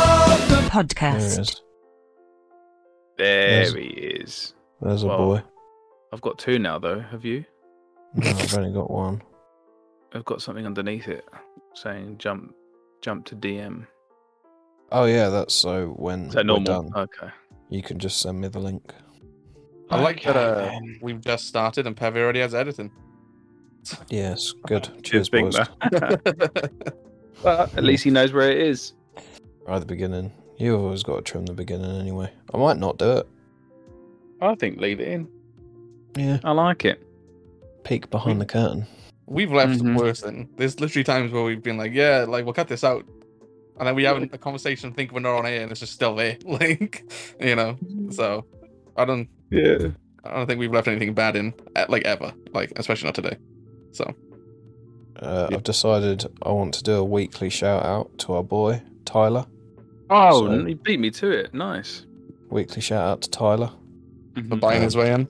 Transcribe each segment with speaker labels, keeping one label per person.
Speaker 1: There he
Speaker 2: Podcast.
Speaker 1: is.
Speaker 3: There
Speaker 1: Yes.
Speaker 3: he is.
Speaker 1: There's a
Speaker 3: Well.
Speaker 1: boy.
Speaker 3: I've got two now, though. Have you?
Speaker 1: No, I've only got one.
Speaker 3: I've got something underneath it saying jump, jump to DM.
Speaker 1: Oh yeah, that's so when
Speaker 3: Is
Speaker 1: we're
Speaker 3: that normal?
Speaker 1: done,
Speaker 3: Okay.
Speaker 1: you can just send me the link.
Speaker 4: I like that
Speaker 3: Okay,
Speaker 4: uh,
Speaker 3: then.
Speaker 4: we've just started and Pavi already has editing.
Speaker 1: Yes, good. Cheers,
Speaker 3: Cheers, Big
Speaker 1: boys.
Speaker 3: Man. but at least he knows where it is.
Speaker 1: Right at the beginning. You've always got to trim the beginning anyway. I might not do it.
Speaker 3: I think leave it in.
Speaker 1: Yeah.
Speaker 3: I like it.
Speaker 1: Peek
Speaker 3: Hmm.
Speaker 1: behind the curtain.
Speaker 4: We've left
Speaker 3: Mhm.
Speaker 4: the worst in. There's literally times where we've been like, yeah, like we'll cut this out. And then we have a conversation, think we're not on air, and it's just still there. Like, you know. So I don't
Speaker 3: Yeah.
Speaker 4: I don't think we've left anything bad in, eh, like ever, like especially not today. So
Speaker 1: Uh,
Speaker 4: Yeah.
Speaker 1: I've decided I want to do a weekly shout out to our boy Tyler.
Speaker 3: Oh,
Speaker 1: So-
Speaker 3: he beat me to it. Nice.
Speaker 1: Weekly shout out to Tyler. Mm-hmm.
Speaker 4: for
Speaker 3: Mhm.
Speaker 4: buying his way in,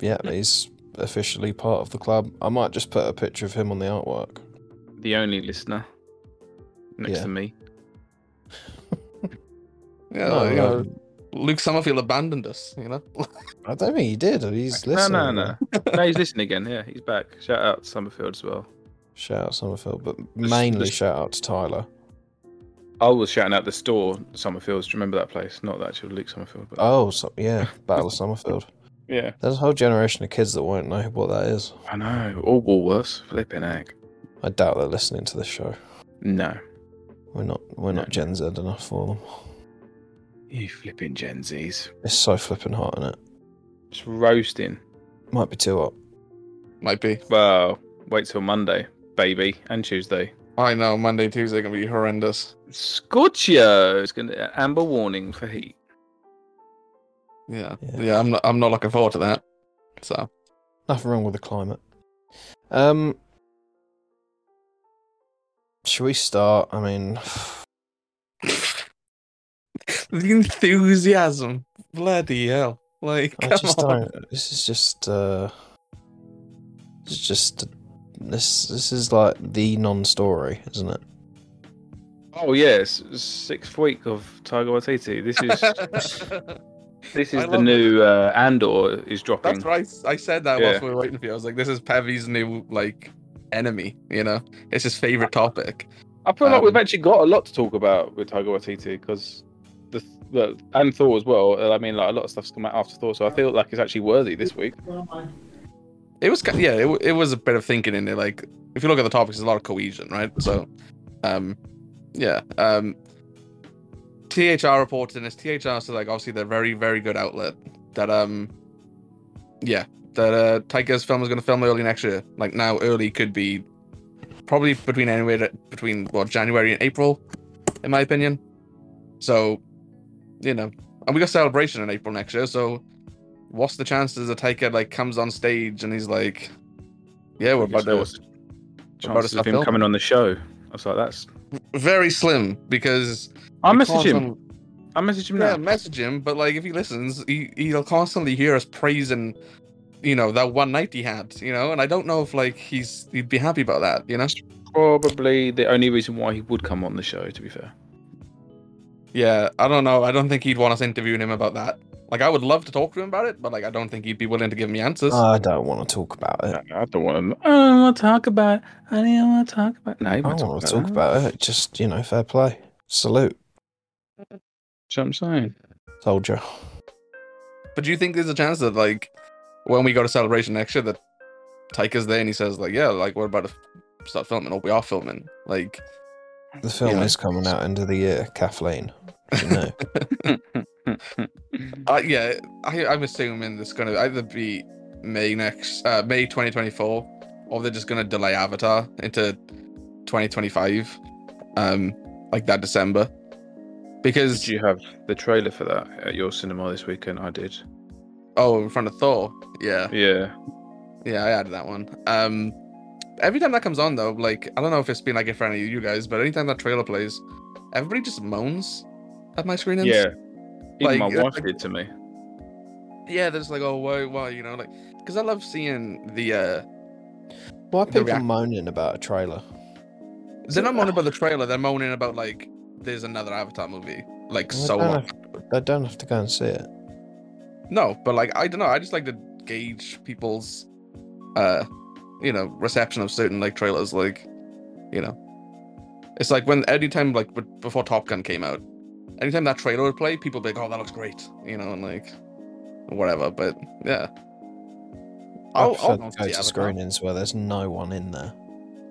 Speaker 1: Yeah, he's officially part of the club. I might just put a picture of him on the artwork.
Speaker 3: The only listener next
Speaker 1: Yeah.
Speaker 3: to me.
Speaker 4: Oh, yeah,
Speaker 1: No,
Speaker 3: Oh,
Speaker 4: you know,
Speaker 1: um,
Speaker 4: Luke Summerfield abandoned us, you know.
Speaker 1: I don't think he did. He's
Speaker 3: No,
Speaker 1: listening.
Speaker 3: no, no. no, he's listening again. Yeah, he's back. Shout out Summerfield as well.
Speaker 1: Shout out Summerfield, but mainly
Speaker 3: just-
Speaker 1: shout out to Tyler.
Speaker 3: I was shouting out the store Summerfields. Do you remember that place? Not the actual Luke Summerfield, but
Speaker 1: Oh, so, yeah, Battle of Summerfield.
Speaker 3: yeah.
Speaker 1: There's a whole generation of kids that won't know what that is.
Speaker 3: I know. All Woolworths. Flipping egg.
Speaker 1: I doubt they're listening to this show.
Speaker 3: No.
Speaker 1: We're not we're
Speaker 3: No.
Speaker 1: not Gen Z enough for them.
Speaker 3: You flipping Gen Zs.
Speaker 1: It's so flipping hot in it.
Speaker 3: Just roasting.
Speaker 1: Might be too hot.
Speaker 4: Might be.
Speaker 3: Well, wait till Monday, baby, and Tuesday.
Speaker 4: I know Monday, Tuesday gonna be horrendous.
Speaker 3: Scorchio. It's gonna uh, amber warning for heat.
Speaker 4: Yeah.
Speaker 1: Yeah.
Speaker 4: yeah, I'm not. I'm not looking forward to that. So
Speaker 1: Nothing wrong with the climate. Um, should we start? I mean,
Speaker 4: the enthusiasm, bloody hell! Like,
Speaker 1: I
Speaker 4: come
Speaker 1: just
Speaker 4: on.
Speaker 1: don't. This is just. uh It's just. This this is like the non-story, isn't it?
Speaker 3: Oh yes, sixth week of Tiger Waititi. This is this
Speaker 4: I
Speaker 3: is the
Speaker 4: love
Speaker 3: new uh, Andor is dropping.
Speaker 4: That's right. I said that
Speaker 3: Yeah.
Speaker 4: whilst we were waiting for you. I was like, this is Pavi's new like enemy. You know, it's his favorite topic.
Speaker 3: I feel like
Speaker 4: Um,
Speaker 3: we've actually got a lot to talk about with Tiger Waititi because the, the and Thor as well. uh, I mean, like a lot of stuff's come out after Thor, so I feel like it's actually worthy this week.
Speaker 4: It was ki- yeah. It, w- it was a bit of thinking in there. Like if you look at the topics, there's a lot of cohesion, right? So, um, yeah. Um, THR reported this. THR so like obviously they're very very good outlet. That um, yeah. That uh, Taika's film is going to film early next year. Like now, early could be probably between anywhere that- between well January and April, in my opinion. So, you know, and we got celebration in April next year. So, what's the chances that Taika like comes on stage and he's like, "Yeah, we're about to
Speaker 3: Chances
Speaker 4: about to
Speaker 3: of
Speaker 4: start
Speaker 3: him
Speaker 4: filming.
Speaker 3: coming on the show. I was like, that's.
Speaker 4: very slim because
Speaker 3: I
Speaker 4: we
Speaker 3: message him.
Speaker 4: constant-
Speaker 3: I message him
Speaker 4: Yeah,
Speaker 3: now.
Speaker 4: message him. But like, if he listens, he he'll constantly hear us praising, you know, that one night he had, you know. And I don't know if like he's he'd be happy about that, you know.
Speaker 3: Probably the only reason why he would come on the show, to be fair.
Speaker 4: Yeah, I don't know. I don't think he'd want us interviewing him about that. Like, I would love to talk to him about it, but like, I don't think he'd be willing to give me answers.
Speaker 3: Uh.
Speaker 1: I don't want to talk about it.
Speaker 3: I don't want to. I don't want to talk about. I don't want to talk about. No,
Speaker 1: I don't want to Oh, talk about it. Just you know, fair play. Salute,
Speaker 3: That's what I'm saying.
Speaker 1: soldier.
Speaker 4: But do you think there's a chance that like when we go to celebration next year that Tyka's there and he says like, yeah, like we're about to f- start filming or we are filming, like.
Speaker 1: The film
Speaker 4: Yeah.
Speaker 1: is coming out end of the year. Kathleen, you know.
Speaker 4: Uh, yeah, I, I'm assuming it's going to either be May next, uh, May 2024, or they're just going to delay Avatar into 2025, um, like that December, because
Speaker 3: Did you have the trailer for that at your cinema this weekend? I did.
Speaker 4: oh, in front of Thor, yeah,
Speaker 3: Yeah.
Speaker 4: yeah, I added that one. Um, every time that comes on though, like I don't know if it's been like it for any of you guys, but anytime that trailer plays, everybody just moans at my screenings.
Speaker 3: Yeah. Even
Speaker 4: Like,
Speaker 3: my
Speaker 4: uh,
Speaker 3: wife did to me.
Speaker 4: yeah, they're just like, oh, why, why, you know, like, because I love seeing the. uh
Speaker 1: Why are
Speaker 4: The
Speaker 1: people
Speaker 4: react-
Speaker 1: moaning about a trailer?
Speaker 4: They're not moaning about the trailer. They're moaning about like there's another Avatar movie like
Speaker 1: Well,
Speaker 4: so
Speaker 1: I don't
Speaker 4: long.
Speaker 1: have- I don't have to go and see it.
Speaker 4: No, but like I don't know. I just like to gauge people's, uh, you know, reception of certain like trailers. Like, you know, it's like when anytime like b- before Top Gun came out, anytime that trailer would play, people would be like, "Oh, that looks great," you know, and like whatever. But yeah,
Speaker 1: I
Speaker 4: I'll,
Speaker 1: prefer
Speaker 4: I'll
Speaker 1: to
Speaker 4: go and
Speaker 1: go
Speaker 4: see
Speaker 1: to
Speaker 4: Avatar.
Speaker 1: screenings where there's no one in there.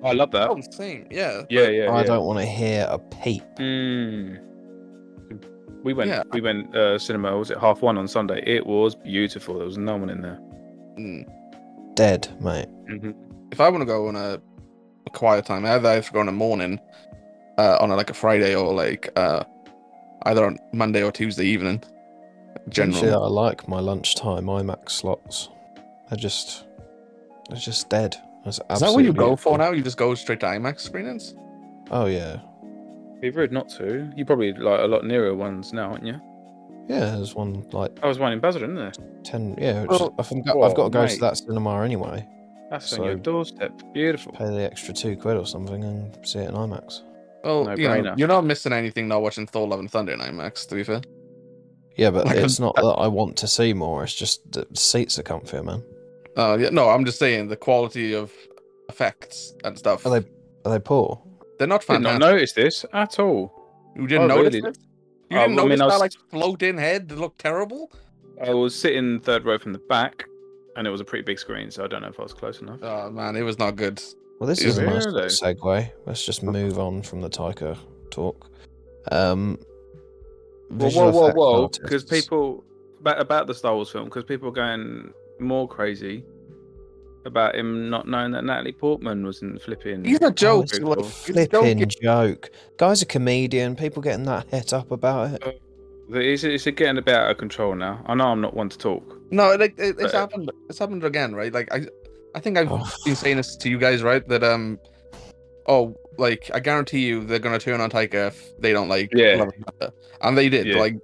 Speaker 3: I love that.
Speaker 4: Oh, same. Yeah.
Speaker 3: yeah, yeah,
Speaker 1: I
Speaker 3: yeah.
Speaker 1: don't want to hear a peep.
Speaker 3: Mm. We went,
Speaker 4: Yeah.
Speaker 3: we went uh, cinema. Was it half one on Sunday? It was beautiful. There was no one in there.
Speaker 4: Mm.
Speaker 1: Dead, mate.
Speaker 3: Mm-hmm.
Speaker 4: if I want to go on a, a quiet time, either I have to go in the morning, uh, on a, like a Friday or like uh, either on Monday or Tuesday evening. Generally,
Speaker 1: Actually, I like my lunchtime IMAX slots. They're just, they're just dead. That's
Speaker 4: is that what you
Speaker 1: absolutely
Speaker 4: go for
Speaker 1: awful.
Speaker 4: now? You just go straight to IMAX screenings?
Speaker 1: Oh yeah,
Speaker 3: Be rude not to. You probably like a lot nearer ones now, aren't you?
Speaker 1: yeah. There's one like
Speaker 3: I was one in Basildon, isn't there?
Speaker 1: ten. Yeah, which is-
Speaker 3: Well,
Speaker 1: I've, got, I've got to
Speaker 3: oh,
Speaker 1: go
Speaker 3: mate.
Speaker 1: to that cinema anyway.
Speaker 3: That's on your
Speaker 1: So-
Speaker 3: doorstep. Beautiful.
Speaker 1: Pay the extra two quid or something and see it in IMAX.
Speaker 4: Well,
Speaker 3: No
Speaker 4: you know,
Speaker 3: brainer.
Speaker 4: you're not missing anything not watching Thor: Love and Thunder in IMAX. To be fair,
Speaker 1: Yeah, but
Speaker 4: Like,
Speaker 1: it's not that I want to see more. It's just the seats are comfier, man.
Speaker 4: uh, yeah, no, I'm just saying the quality of effects and stuff.
Speaker 1: Are they are they poor?
Speaker 4: They're not
Speaker 3: I did not
Speaker 4: fantastic.
Speaker 3: notice this at all.
Speaker 4: You didn't
Speaker 3: Oh,
Speaker 4: notice
Speaker 3: really?
Speaker 4: it? You
Speaker 3: Oh,
Speaker 4: didn't
Speaker 3: well, I mean,
Speaker 4: notice
Speaker 3: I was-
Speaker 4: that like floating head looked terrible?
Speaker 3: I was sitting third row from the back, and it was a pretty big screen, so I don't know if I was close enough.
Speaker 4: Oh man, it was not good.
Speaker 1: Well, this is
Speaker 4: Is
Speaker 1: a nice
Speaker 3: there,
Speaker 1: little segue. Let's just move on from the Taika talk. Um,
Speaker 3: Well,
Speaker 1: visual
Speaker 3: whoa, whoa,
Speaker 1: effects
Speaker 3: whoa! Because
Speaker 1: artists.
Speaker 3: people about, about the Star Wars film, because people are going more crazy about him not knowing that Natalie Portman was in flipping.
Speaker 4: He's a
Speaker 1: Oh,
Speaker 4: joke.
Speaker 1: it's
Speaker 3: Beautiful.
Speaker 1: a
Speaker 4: It's joking.
Speaker 1: flipping joke. Guy's a comedian. People getting that hit up about it.
Speaker 3: It's, it's getting a bit out of control now. I know I'm not one to talk.
Speaker 4: No, like it, it's
Speaker 3: Uh,
Speaker 4: happened. It's happened again, right? Like I, I think I've
Speaker 1: Oh.
Speaker 4: been saying this to you guys, right? That um, oh, like I guarantee you they're gonna turn on Taika if they don't like
Speaker 3: Yeah.
Speaker 4: Love and Thunder. and they did.
Speaker 3: Yeah.
Speaker 4: Like,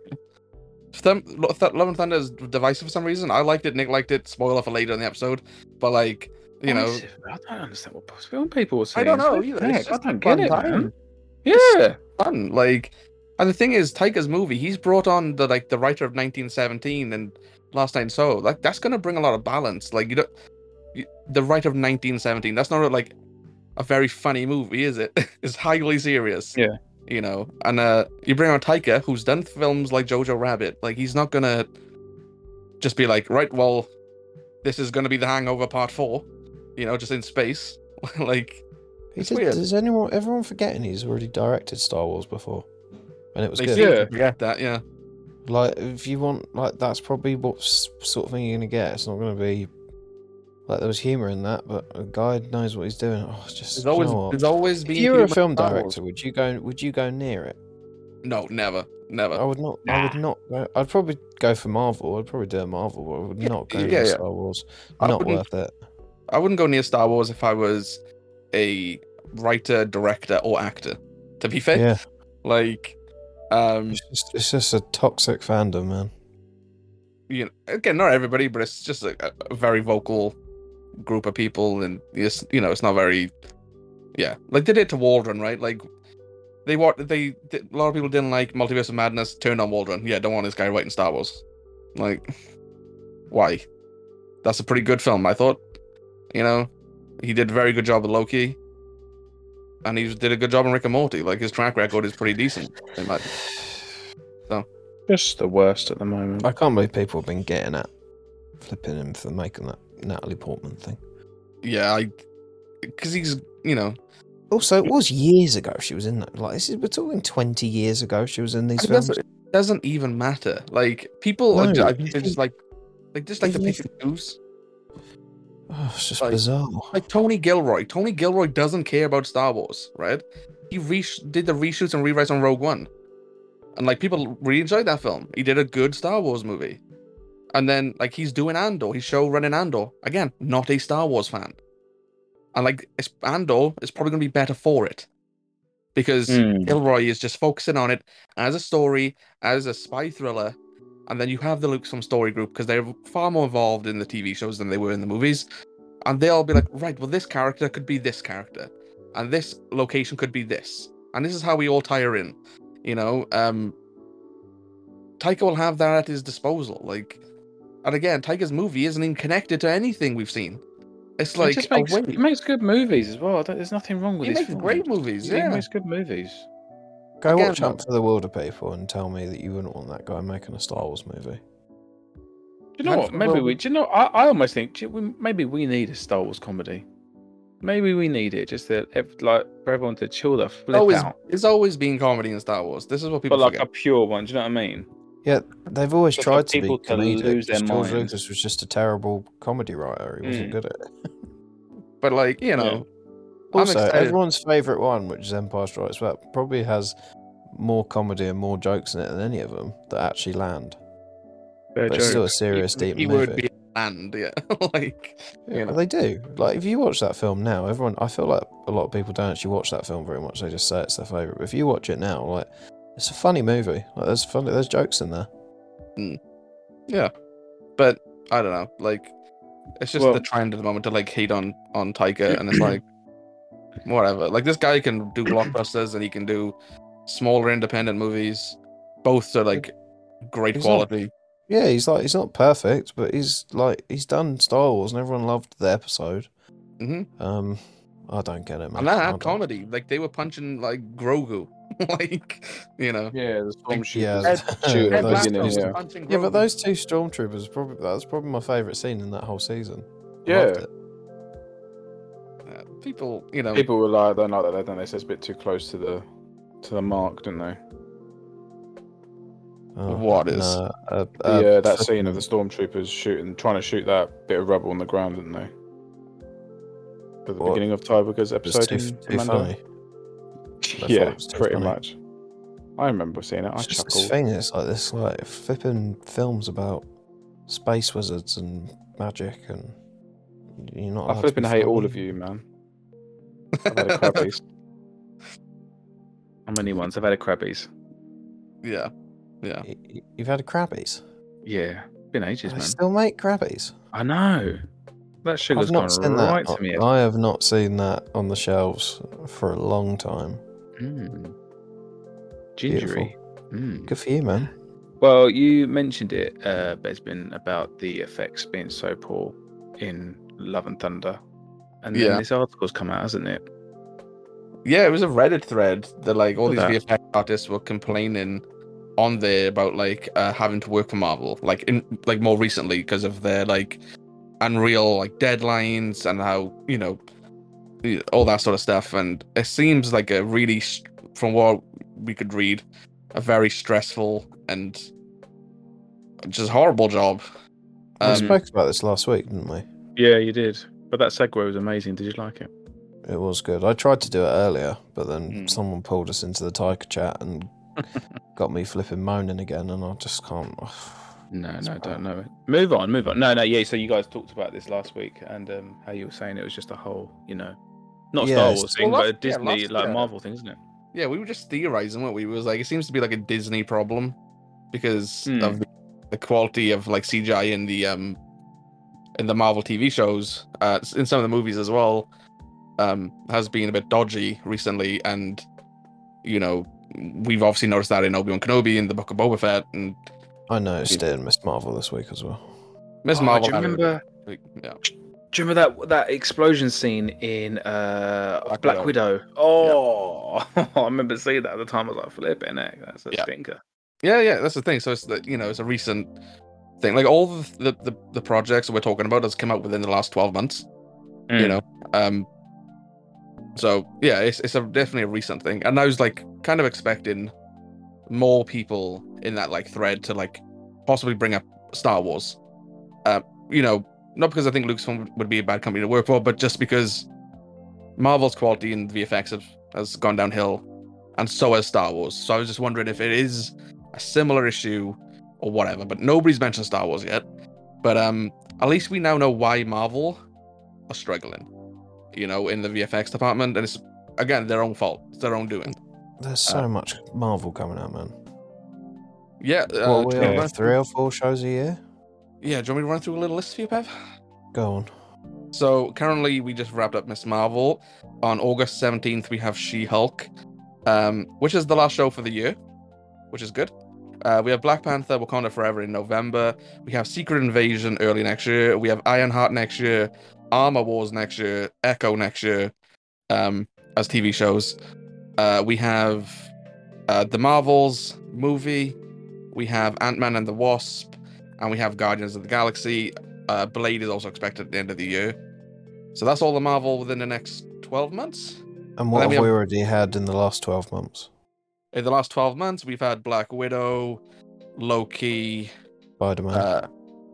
Speaker 4: Thum- Lo- Th- Love and Thunder is divisive for some reason. I liked it. Nick liked it. Spoiler for later in the episode, but like
Speaker 3: Oh,
Speaker 4: you know,
Speaker 3: I don't understand what film people are
Speaker 4: I
Speaker 3: saying.
Speaker 4: don't know either. It's
Speaker 3: I
Speaker 4: just
Speaker 3: don't
Speaker 4: fun
Speaker 3: get it, man.
Speaker 4: time.
Speaker 3: Yeah,
Speaker 4: fun. Like, and the thing is, Taika's movie. He's brought on the like the writer of 1917 and Last Night in Soho. Like, that's gonna bring a lot of balance. Like, you don't you, the writer of 1917. That's not like a very funny movie, is it? it's highly serious.
Speaker 3: Yeah.
Speaker 4: You know, and uh, you bring on Taika, who's done films like Jojo Rabbit. Like, he's not gonna just be like, right, well, this is gonna be The Hangover Part Four. You know, just in space. like,
Speaker 1: He
Speaker 4: It's
Speaker 1: did-
Speaker 4: weird.
Speaker 1: Does anyone, everyone forgetting he's already directed Star Wars before, and it was
Speaker 4: they
Speaker 1: good.
Speaker 4: seem to
Speaker 3: Yeah.
Speaker 4: forget that. Yeah.
Speaker 1: Like, if you want, like, that's probably what s- sort of thing you're gonna get. It's not gonna be like there was humor in that, but a guy knows what he's doing. Oh, it's just
Speaker 4: There's
Speaker 1: you know
Speaker 4: always
Speaker 1: what?
Speaker 4: there's always been
Speaker 1: If you were a
Speaker 4: human
Speaker 1: film
Speaker 4: Star Wars.
Speaker 1: director, would you go? Would you go near it?
Speaker 4: No, never, never.
Speaker 1: I would not. I would not. Go, I'd probably go for Marvel. I'd probably do a Marvel, but I would
Speaker 4: Yeah,
Speaker 1: not go
Speaker 4: yeah,
Speaker 1: near
Speaker 4: yeah.
Speaker 1: Star Wars.
Speaker 4: I
Speaker 1: Not
Speaker 4: wouldn't-
Speaker 1: worth it.
Speaker 4: I wouldn't go near Star Wars if I was a writer, director, or actor. To be fair,
Speaker 1: Yeah,
Speaker 4: like, um,
Speaker 1: it's just, it's just a toxic fandom, man.
Speaker 4: you know, again, not everybody, but it's just a, a very vocal group of people, and it's you know, it's not very, yeah. Like they did it to Waldron, right? Like they what they did, a lot of people didn't like Multiverse of Madness, turned on Waldron. Yeah, don't want this guy writing Star Wars. Like, why? That's a pretty good film, I thought. You know, he did a very good job with Loki. And he did a good job on Rick and Morty. Like his track record is pretty decent. in my-
Speaker 3: just the worst at the moment.
Speaker 1: I can't believe people have been getting at flipping him for making that Natalie Portman thing.
Speaker 4: yeah, I because he's you know
Speaker 1: Also, it was years ago she was in that. Like this is we're talking twenty years ago she was in these
Speaker 4: It
Speaker 1: films.
Speaker 4: doesn't, it doesn't even matter. Like people are
Speaker 1: No,
Speaker 4: just, I
Speaker 1: it
Speaker 4: think they're
Speaker 1: isn't.
Speaker 4: just like like just like the
Speaker 1: It
Speaker 4: pick and choose.
Speaker 1: Oh, it's just
Speaker 4: Like-
Speaker 1: bizarre.
Speaker 4: Like Tony Gilroy. Tony Gilroy doesn't care about Star Wars, right? He resh did the reshoots and rewrites on Rogue One. And like people really enjoyed that film. He did a good Star Wars movie. And then like he's doing Andor, he's show running Andor. Again, not a Star Wars fan. And like it's Andor is probably gonna be better for it. Because
Speaker 3: Mm.
Speaker 4: Gilroy is just focusing on it as a story, as a spy thriller, and then you have the Lucasfilm story group because they're far more involved in the TV shows than they were in the movies, and they'll be like, right, well, this character could be this character, and this location could be this, and this is how we all tie her in. You know, um, Taika will have that at his disposal. Like, and again, Taika's movie isn't even connected to anything we've seen. It's like
Speaker 3: it just
Speaker 4: a
Speaker 3: makes,
Speaker 4: wave.
Speaker 3: it makes good movies as well. I don't- There's nothing wrong with
Speaker 4: He
Speaker 3: this.
Speaker 4: makes
Speaker 3: film.
Speaker 4: great movies.
Speaker 3: He
Speaker 4: Yeah,
Speaker 3: makes good movies.
Speaker 1: Go
Speaker 4: Again,
Speaker 1: watch Up to the World of People and tell me that you wouldn't want that guy making a Star Wars movie.
Speaker 3: Do you know
Speaker 4: Had-
Speaker 3: what? Maybe
Speaker 4: well-
Speaker 3: we. Do you know? I, I almost think do you- we, maybe we need a Star Wars comedy. Maybe we need it just to ev- like for everyone to chill the flip
Speaker 4: always
Speaker 3: out,
Speaker 4: it's always been comedy in Star Wars. This is what Oh, people
Speaker 3: but like
Speaker 4: forget.
Speaker 3: a pure one. Do you know what I mean?
Speaker 1: They've always
Speaker 3: Just for
Speaker 1: tried to be
Speaker 3: people to
Speaker 1: comedic.
Speaker 3: lose their
Speaker 1: because George
Speaker 3: minds.
Speaker 1: Lucas was just a terrible comedy writer. He wasn't
Speaker 3: Mm.
Speaker 1: good at it.
Speaker 4: but like you know, I'm
Speaker 1: Also,
Speaker 4: excited.
Speaker 1: everyone's favourite one, which is Empire Strikes Back, probably has more comedy and more jokes in it than any of them that actually land.
Speaker 3: Fair
Speaker 1: But it's still a serious, deep
Speaker 4: he
Speaker 1: movie.
Speaker 4: would be and yeah, like
Speaker 1: Yeah,
Speaker 4: you know.
Speaker 1: They do. Like if you watch that film now, everyone I feel like a lot of people don't actually watch that film very much. They just say it's their favourite. But if you watch it now, like it's a funny movie. Like there's funny there's jokes in there.
Speaker 4: but I don't know. Like it's just
Speaker 3: Well-
Speaker 4: the trend at the moment to like hate on on Taika, and it's like whatever. Like this guy can do blockbusters and he can do smaller independent movies. Both are like great
Speaker 1: He's not-
Speaker 4: quality.
Speaker 1: Yeah, he's like he's not perfect, but he's like he's done Star Wars and everyone loved the episode.
Speaker 4: hmm
Speaker 1: Um I don't get it, man.
Speaker 4: And that
Speaker 1: I
Speaker 4: had
Speaker 1: don't-
Speaker 4: comedy. Like they were punching like Grogu, like you know.
Speaker 3: Yeah, the stormtroopers.
Speaker 1: Yeah,
Speaker 4: Ed-
Speaker 1: those
Speaker 3: Ed Black
Speaker 1: two-
Speaker 3: beginning,
Speaker 4: was
Speaker 3: yeah.
Speaker 4: punching
Speaker 1: yeah, but
Speaker 4: Grogu.
Speaker 1: those two stormtroopers probably that's probably my favourite scene in that whole season. I
Speaker 3: Yeah.
Speaker 1: loved it.
Speaker 4: Uh, people, you know,
Speaker 3: People were like, "Don't like that." Don't they? So it's a bit too close to the to the mark, don't they?
Speaker 1: Oh,
Speaker 4: What is-
Speaker 1: no, uh,
Speaker 3: The,
Speaker 1: uh,
Speaker 3: uh, that
Speaker 1: fuck-
Speaker 3: scene of the stormtroopers shooting, trying to shoot that bit of rubble on the ground, didn't they? At the
Speaker 1: What?
Speaker 3: beginning of
Speaker 1: it's
Speaker 3: Tyberger's episode.
Speaker 1: too,
Speaker 3: in
Speaker 1: too
Speaker 3: Mando?
Speaker 1: funny. thought
Speaker 3: Yeah,
Speaker 1: it was too
Speaker 3: pretty
Speaker 1: funny.
Speaker 3: much. I remember seeing it. I
Speaker 1: It's just this
Speaker 3: chuckled.
Speaker 1: thing. It's like this, like flipping films about space wizards and magic, and you're not. allowed
Speaker 3: I
Speaker 1: to
Speaker 3: flipping
Speaker 1: be
Speaker 3: hate all
Speaker 1: Oh, funny.
Speaker 3: of you, man. I've had a crabbies. How many ones? I've had a crabbies.
Speaker 4: yeah,
Speaker 1: Y- y- You've had crabbies.
Speaker 3: Yeah, been ages,
Speaker 1: They
Speaker 3: man.
Speaker 1: still make crabbies.
Speaker 3: I know. That
Speaker 1: I've
Speaker 3: sugar's gone
Speaker 1: not seen
Speaker 3: right
Speaker 1: that.
Speaker 3: to me.
Speaker 1: I have not seen that on the shelves for a long time.
Speaker 3: Mm. Gingery. Mm.
Speaker 1: Good for you, man.
Speaker 3: Well, you mentioned it, uh, Besbin, about the effects being so poor in Love and Thunder. And then
Speaker 4: Yeah.
Speaker 3: this article's come out, hasn't it?
Speaker 4: yeah. It was a Reddit thread that like all
Speaker 3: Look
Speaker 4: these
Speaker 3: at
Speaker 4: VFX artists were complaining on there about like uh, having to work for Marvel, like in like more recently because of their like unreal like deadlines and how you know the- all that sort of stuff. And it seems like a really, st- from what we could read, a very stressful and just horrible job.
Speaker 1: we
Speaker 3: Um,
Speaker 1: spoke about this last week, didn't we?
Speaker 3: Yeah, you did. But that segue was amazing. Did you like it?
Speaker 1: It was good. I tried to do it earlier, but then
Speaker 3: Hmm.
Speaker 4: Mm.
Speaker 1: someone pulled us into the Tiger chat and got me flipping moaning again, and I just can't.
Speaker 3: No,
Speaker 1: It's
Speaker 3: no, I
Speaker 1: bad.
Speaker 3: don't know it. Move on, move on. No, no, yeah. So you guys talked about this last week, and um, how you were saying it was just a whole, you know, not
Speaker 1: Yeah,
Speaker 3: Star
Speaker 1: it's-
Speaker 3: Wars thing,
Speaker 4: Well,
Speaker 3: but a
Speaker 4: last- yeah,
Speaker 3: Disney
Speaker 4: last-
Speaker 3: like
Speaker 4: yeah.
Speaker 3: Marvel thing, isn't it?
Speaker 4: Yeah, we were just theorizing, weren't we? It was like it seems to be like a Disney problem because
Speaker 3: Hmm.
Speaker 4: of the, the quality of like CGI in the um in the Marvel TV shows, uh, s- in some of the movies as well, um, has been a bit dodgy recently, and you know we've obviously noticed that in Obi Wan Kenobi and the Book of Boba Fett and
Speaker 1: I noticed it in Miss Marvel this week as well.
Speaker 4: Miss
Speaker 3: Oh,
Speaker 4: Marvel.
Speaker 3: Do you
Speaker 4: had it,
Speaker 3: remember?
Speaker 4: like, yeah.
Speaker 3: Do you remember that that explosion scene in uh, Black,
Speaker 4: Black
Speaker 3: Widow? Oh, I remember seeing that at the time. I was like, flipping it. That's a
Speaker 4: Yeah.
Speaker 3: stinker.
Speaker 4: Yeah, yeah, that's the thing. So it's the you know it's a recent thing. Like all the the, the, the projects we're talking about has come out within the last twelve months. You
Speaker 3: Mm.
Speaker 4: know, um. So yeah, it's it's a, definitely a recent thing, and I was like kind of expecting more people in that like thread to like possibly bring up Star Wars. Um, you know, not because I think Lucasfilm would be a bad company to work for, but just because Marvel's quality in VFX have, has gone downhill, and so has Star Wars. So I was just wondering if it is a similar issue or whatever, but nobody's mentioned Star Wars yet. But um, at least we now know why Marvel are struggling, you know, in the VFX department, and it's again their own fault, it's their own doing.
Speaker 1: There's
Speaker 4: Uh,
Speaker 1: so much Marvel coming out, man.
Speaker 4: Yeah.
Speaker 1: Well,
Speaker 4: Uh,
Speaker 1: we
Speaker 4: do you want me to
Speaker 1: have
Speaker 4: run
Speaker 1: three or four shows a year.
Speaker 4: through- yeah. Do you want me to run through a little list for you, Pev?
Speaker 1: Go on.
Speaker 4: So currently, we just wrapped up Miss Marvel. On August seventeenth, we have She Hulk, um, which is the last show for the year, which is good. Uh, we have Black Panther: Wakanda Forever in November. We have Secret Invasion early next year. We have Ironheart next year, Armor Wars next year, Echo next year, um, as TV shows. Uh, we have uh, the Marvels movie. We have Ant Man and the Wasp, and we have Guardians of the Galaxy. Uh, Blade is also expected at the end of the year. So that's all the Marvel within the next 12 months.
Speaker 1: And what
Speaker 4: Let
Speaker 1: have
Speaker 4: me
Speaker 1: we
Speaker 4: have-
Speaker 1: already had in the last 12 months?
Speaker 4: In the last 12 months, we've had Black Widow, Loki,
Speaker 1: Spider Man.
Speaker 4: uh,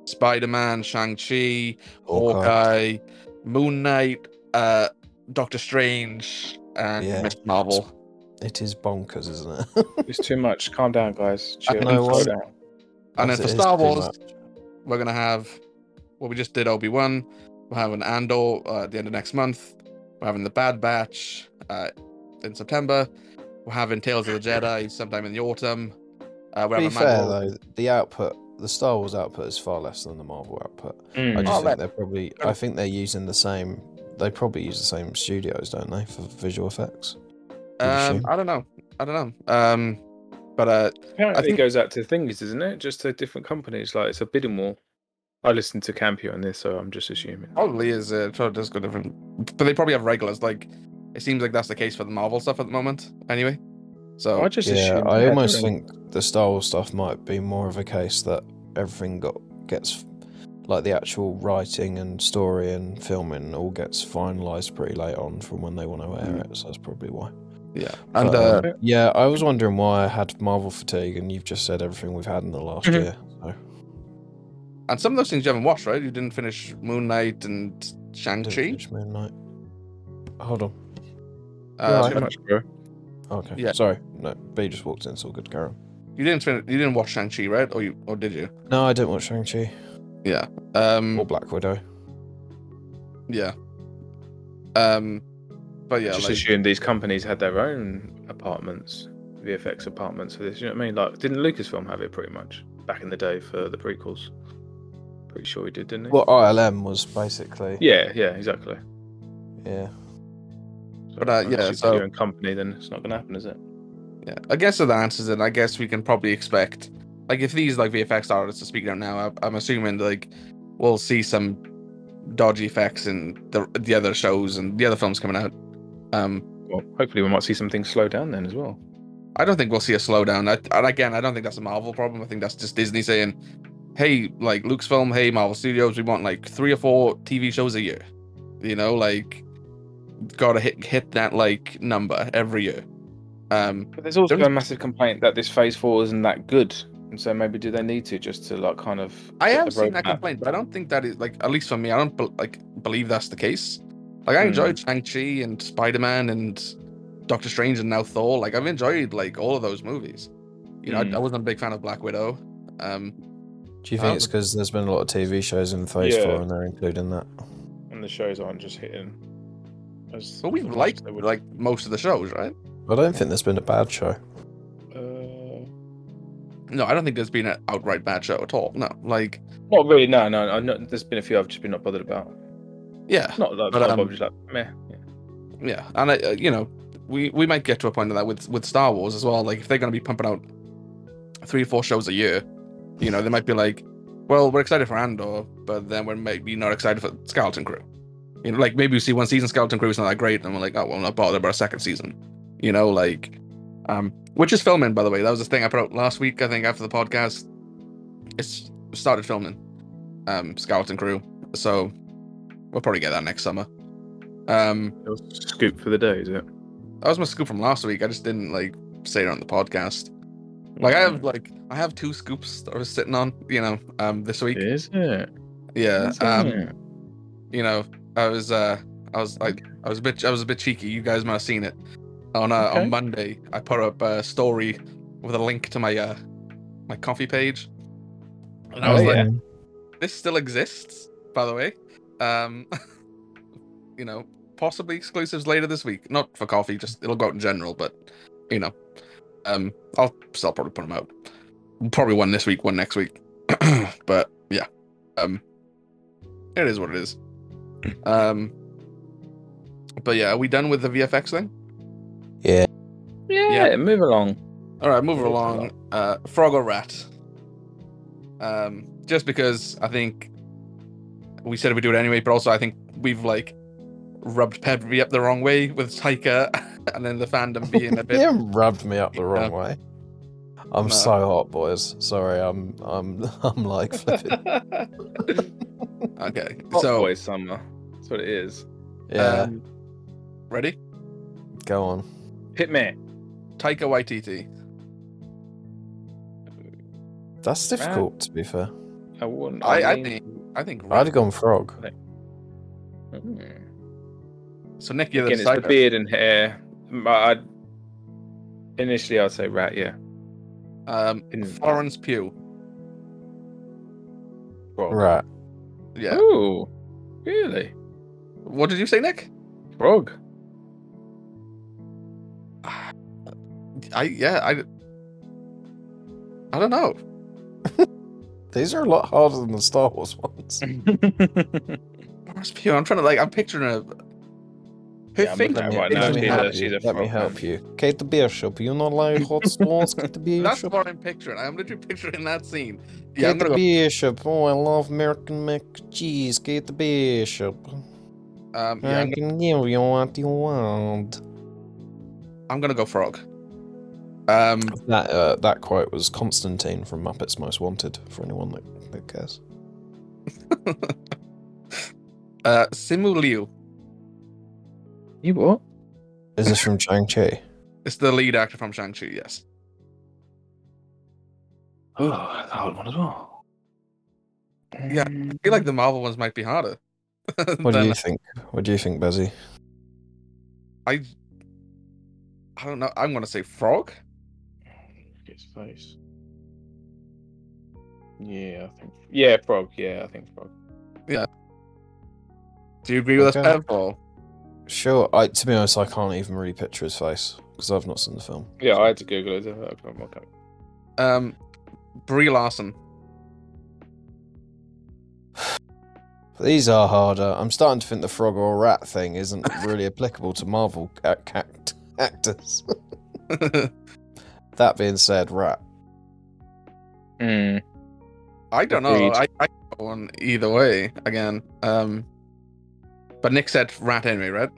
Speaker 4: Spider Man, Shang-Chi,
Speaker 1: Hawkeye.
Speaker 4: Hawkeye, Moon Knight, uh, Doctor Strange, and
Speaker 1: Yeah.
Speaker 4: Miss Marvel.
Speaker 1: it is bonkers, isn't it?
Speaker 3: It's too much. Calm down, guys. Chill.
Speaker 1: know
Speaker 3: Slow
Speaker 1: what-
Speaker 3: down.
Speaker 4: And then
Speaker 1: As
Speaker 4: for
Speaker 1: it is
Speaker 4: Star
Speaker 1: pretty
Speaker 4: Wars,
Speaker 1: much.
Speaker 4: we're gonna have what we just did Obi Wan. We're having Andor uh, at the end of next month. We're having the Bad Batch uh, in September. We're having Tales of the Jedi sometime in the autumn. Uh, we're
Speaker 1: To be
Speaker 4: having
Speaker 1: fair,
Speaker 4: Mandalor-
Speaker 1: though, the output, the Star Wars output is far less than the Marvel output. I
Speaker 3: Mm.
Speaker 1: just
Speaker 4: Oh,
Speaker 1: think
Speaker 4: that-
Speaker 1: they're probably, I think they're using the same, they probably use the same studios, don't they, for visual effects?
Speaker 4: um, I don't know. I don't know. Um, but uh,
Speaker 3: Apparently,
Speaker 4: I think-
Speaker 3: it goes out to things, isn't it? Just to different companies. Like it's a bidding war. I listened to Campy on this, so I'm just assuming.
Speaker 4: probably is uh, totally does go different. But they probably have regulars. Like it seems like that's the case for the Marvel stuff at the moment. Anyway, so
Speaker 3: I just
Speaker 1: Oh, yeah,
Speaker 3: assumed
Speaker 1: I
Speaker 3: they had
Speaker 1: almost
Speaker 3: their own-
Speaker 1: think the Star Wars stuff might be more of a case that everything got gets like the actual writing and story and filming all gets finalized pretty late on from when they want to air it. So that's probably why.
Speaker 4: yeah. Mm. And
Speaker 1: But,
Speaker 4: uh,
Speaker 1: um, yeah, I was wondering why I had Marvel fatigue, and you've just said everything we've had in the last
Speaker 4: Mm-hmm.
Speaker 3: Mhm.
Speaker 1: year. So
Speaker 4: and some of those things you haven't watched, right? You didn't finish Moon Knight and Shang
Speaker 1: didn't
Speaker 4: Chi.
Speaker 1: finish Moon Knight. Hold on.
Speaker 4: Uh,
Speaker 1: Right.
Speaker 3: Too much, bro.
Speaker 1: Okay.
Speaker 4: Yeah.
Speaker 1: Sorry. No, B just walked in. It's all good, Karen.
Speaker 4: You didn't fin- you didn't watch Shang Chi, right? Or you or did you?
Speaker 1: No, I didn't watch Shang Chi
Speaker 4: Yeah. Um.
Speaker 1: or Black Widow.
Speaker 4: Yeah. Um. But yeah,
Speaker 3: just
Speaker 4: like,
Speaker 3: assumed these companies had their own apartments, VFX apartments for this. You know what I mean? Like, didn't Lucasfilm have it pretty much back in the day for the prequels? Pretty sure he did, didn't he?
Speaker 1: Well, ILM was basically.
Speaker 3: yeah, yeah, exactly.
Speaker 1: yeah.
Speaker 3: So,
Speaker 4: But, uh,
Speaker 3: unless
Speaker 4: yeah,
Speaker 3: you've got
Speaker 4: so-
Speaker 3: your own company, then it's not going to happen, is it?
Speaker 4: yeah. I guess so the answers, and I guess we can probably expect, like, if these like VFX artists are speaking out now, I, I'm assuming like we'll see some dodgy effects in the the other shows and the other films coming out. Um.
Speaker 3: Well, hopefully, we might see some things slow down then as well.
Speaker 4: I don't think we'll see a slowdown. I, and again, I don't think that's a Marvel problem. I think that's just Disney saying, "Hey, like Lucasfilm, hey Marvel Studios, we want like three or four TV shows a year. You know, like gotta hit hit that like number every year." Um,
Speaker 3: But there's also
Speaker 4: There is-
Speaker 3: a massive complaint that this Phase Four isn't that good, and so maybe do they need to just to like kind of.
Speaker 4: I
Speaker 3: get
Speaker 4: have
Speaker 3: the
Speaker 4: seen that
Speaker 3: roadmap?
Speaker 4: complaint, but I don't think that is like at least for me, I don't bel like believe that's the case. Like I
Speaker 3: Hmm.
Speaker 4: enjoyed Shang Chi and Spider Man and Doctor Strange and now Thor. Like I've enjoyed like all of those movies. You know, I,
Speaker 3: Hmm.
Speaker 4: I wasn't a big fan of Black Widow. Um,
Speaker 1: Do you
Speaker 4: I
Speaker 1: think
Speaker 4: don't
Speaker 1: it's because there's been a lot of TV shows in Phase
Speaker 3: Yeah.
Speaker 1: Four and they're including that?
Speaker 3: and the shows aren't just hitting. As,
Speaker 4: But we
Speaker 3: as much
Speaker 4: liked
Speaker 3: as they would.
Speaker 4: like most of the shows, right?
Speaker 1: I don't think there's been a bad show.
Speaker 3: Uh,
Speaker 4: No, I don't think there's been an outright bad show at all. No, like
Speaker 3: not really. No, no. no not, there's been a few I've just been not bothered about.
Speaker 4: yeah,
Speaker 3: Not like,
Speaker 4: But,
Speaker 3: but,
Speaker 4: um,
Speaker 3: just like meh. Yeah.
Speaker 4: yeah, and I, uh, you know, we we might get to a point of that with with Star Wars as well. Like if they're going to be pumping out three or four shows a year, you know, they might be like, well, we're excited for Andor, but then we're maybe not excited for Skeleton Crew. You know, like maybe we see one season Skeleton Crew is not that great, and we're like, oh, well, I'm not bothered about a second season. You know, like, um, which is filming by the way. That was the thing I put out last week. I think after the podcast, it's started filming, um, Skeleton Crew. So we'll probably get that next summer. Um,
Speaker 3: It was scoop for the day, is it?
Speaker 4: that was my scoop from last week. I just didn't like say it on the podcast. Like I have like I have two scoops that I was sitting on, you know, um this week.
Speaker 3: Is it?
Speaker 4: Yeah.
Speaker 3: Is
Speaker 4: Um,
Speaker 3: it?
Speaker 4: you know, I was uh I was like I was a bit I was a bit cheeky. You guys might have seen it. On uh,
Speaker 3: Okay.
Speaker 4: on Monday, I put up a story with a link to my uh my coffee page. And I
Speaker 3: Oh,
Speaker 4: was like,
Speaker 3: yeah.
Speaker 4: this still exists, by the way. Um, you know, possibly exclusives later this week. Not for coffee, just it'll go out in general, but you know, um, I'll still probably put them out. Probably one this week, one next week. but yeah, um, it is what it is. Um, but yeah, are we done with the VFX thing?
Speaker 1: Yeah.
Speaker 3: Yeah, move along.
Speaker 4: All right, moving
Speaker 3: Move
Speaker 4: along. Uh, Frog or Rat? Um, just because I think we said we do it anyway, but also I think we've like rubbed Pebri up the wrong way with Taika, and then the fandom being a bit.
Speaker 1: You rubbed me up the wrong
Speaker 4: No.
Speaker 1: way. I'm
Speaker 4: No.
Speaker 1: so hot, boys. Sorry, I'm I'm I'm like flipping.
Speaker 4: Okay,
Speaker 3: Hot
Speaker 4: so
Speaker 3: boy summer. That's what it is.
Speaker 1: Yeah,
Speaker 4: um, ready?
Speaker 1: go on.
Speaker 3: Hit me.
Speaker 4: Taika Waititi.
Speaker 1: That's difficult to be fair.
Speaker 3: I wouldn't.
Speaker 4: I- I
Speaker 3: mean-
Speaker 4: I think. Rat.
Speaker 1: I'd have gone frog.
Speaker 3: Mm.
Speaker 4: So Nick, you're the
Speaker 3: Again, it's the
Speaker 4: decider.
Speaker 3: beard and hair. But I'd, initially, I'd say rat. Yeah.
Speaker 4: Um,
Speaker 3: In-
Speaker 4: Florence Pugh.
Speaker 3: Frog.
Speaker 1: Right.
Speaker 4: Yeah.
Speaker 3: Ooh, really?
Speaker 4: What did you say, Nick?
Speaker 3: Frog.
Speaker 4: I yeah I. I don't know.
Speaker 1: These are a lot harder than the Star Wars ones.
Speaker 4: Florence Pugh. I'm trying to like. I'm picturing a. Her
Speaker 3: Yeah, I'm
Speaker 4: face.
Speaker 3: looking at it right
Speaker 4: is
Speaker 3: now.
Speaker 1: Let
Speaker 4: in
Speaker 1: me
Speaker 3: she's
Speaker 1: help you.
Speaker 3: a- she's a
Speaker 4: that-
Speaker 1: Let me
Speaker 3: frog,
Speaker 1: help
Speaker 3: man.
Speaker 1: you. Kate the Bishop. You not like hot sauce, Kate the
Speaker 4: That's
Speaker 1: Bishop.
Speaker 4: what I'm picturing. I'm literally picturing that scene.
Speaker 1: Kate
Speaker 4: Yeah, I'm
Speaker 1: the
Speaker 4: gonna
Speaker 1: Bishop. Oh, I love American mac and cheese. Kate the Bishop.
Speaker 4: go. Um, yeah,
Speaker 1: I
Speaker 4: I'm, gonna,
Speaker 1: can give you what you want.
Speaker 4: I'm gonna go frog. Um,
Speaker 1: That uh, that quote was Constantine from Muppets Most Wanted. For anyone that, that cares.
Speaker 4: uh, Simu Liu
Speaker 3: You what?
Speaker 1: Is this from Chang Chi?
Speaker 4: is the lead actor from Shang Chi. Yes.
Speaker 3: Oh, that's a hard one as well.
Speaker 4: Yeah. I feel like the Marvel ones might be harder.
Speaker 1: What do
Speaker 4: than-
Speaker 1: you think? What do you think, Bezzy?
Speaker 4: I. I don't know. I'm gonna say frog.
Speaker 3: His face. Yeah, I think. Yeah, frog. Yeah, I think frog.
Speaker 4: Do you agree with
Speaker 1: Okay.
Speaker 4: us, Bev? Or
Speaker 1: Sure. I to be honest, I can't even really picture his face because I've not seen the film.
Speaker 3: Yeah, I had to Google it. Okay, okay.
Speaker 4: um, Brie Larson.
Speaker 1: These are harder. I'm starting to think the frog or rat thing isn't really applicable to Marvel act- act- actors. that being said, rat.
Speaker 3: Mm.
Speaker 4: I don't know.
Speaker 3: Agreed.
Speaker 4: I, I got one either way again. Um, but Nick said rat anyway, right?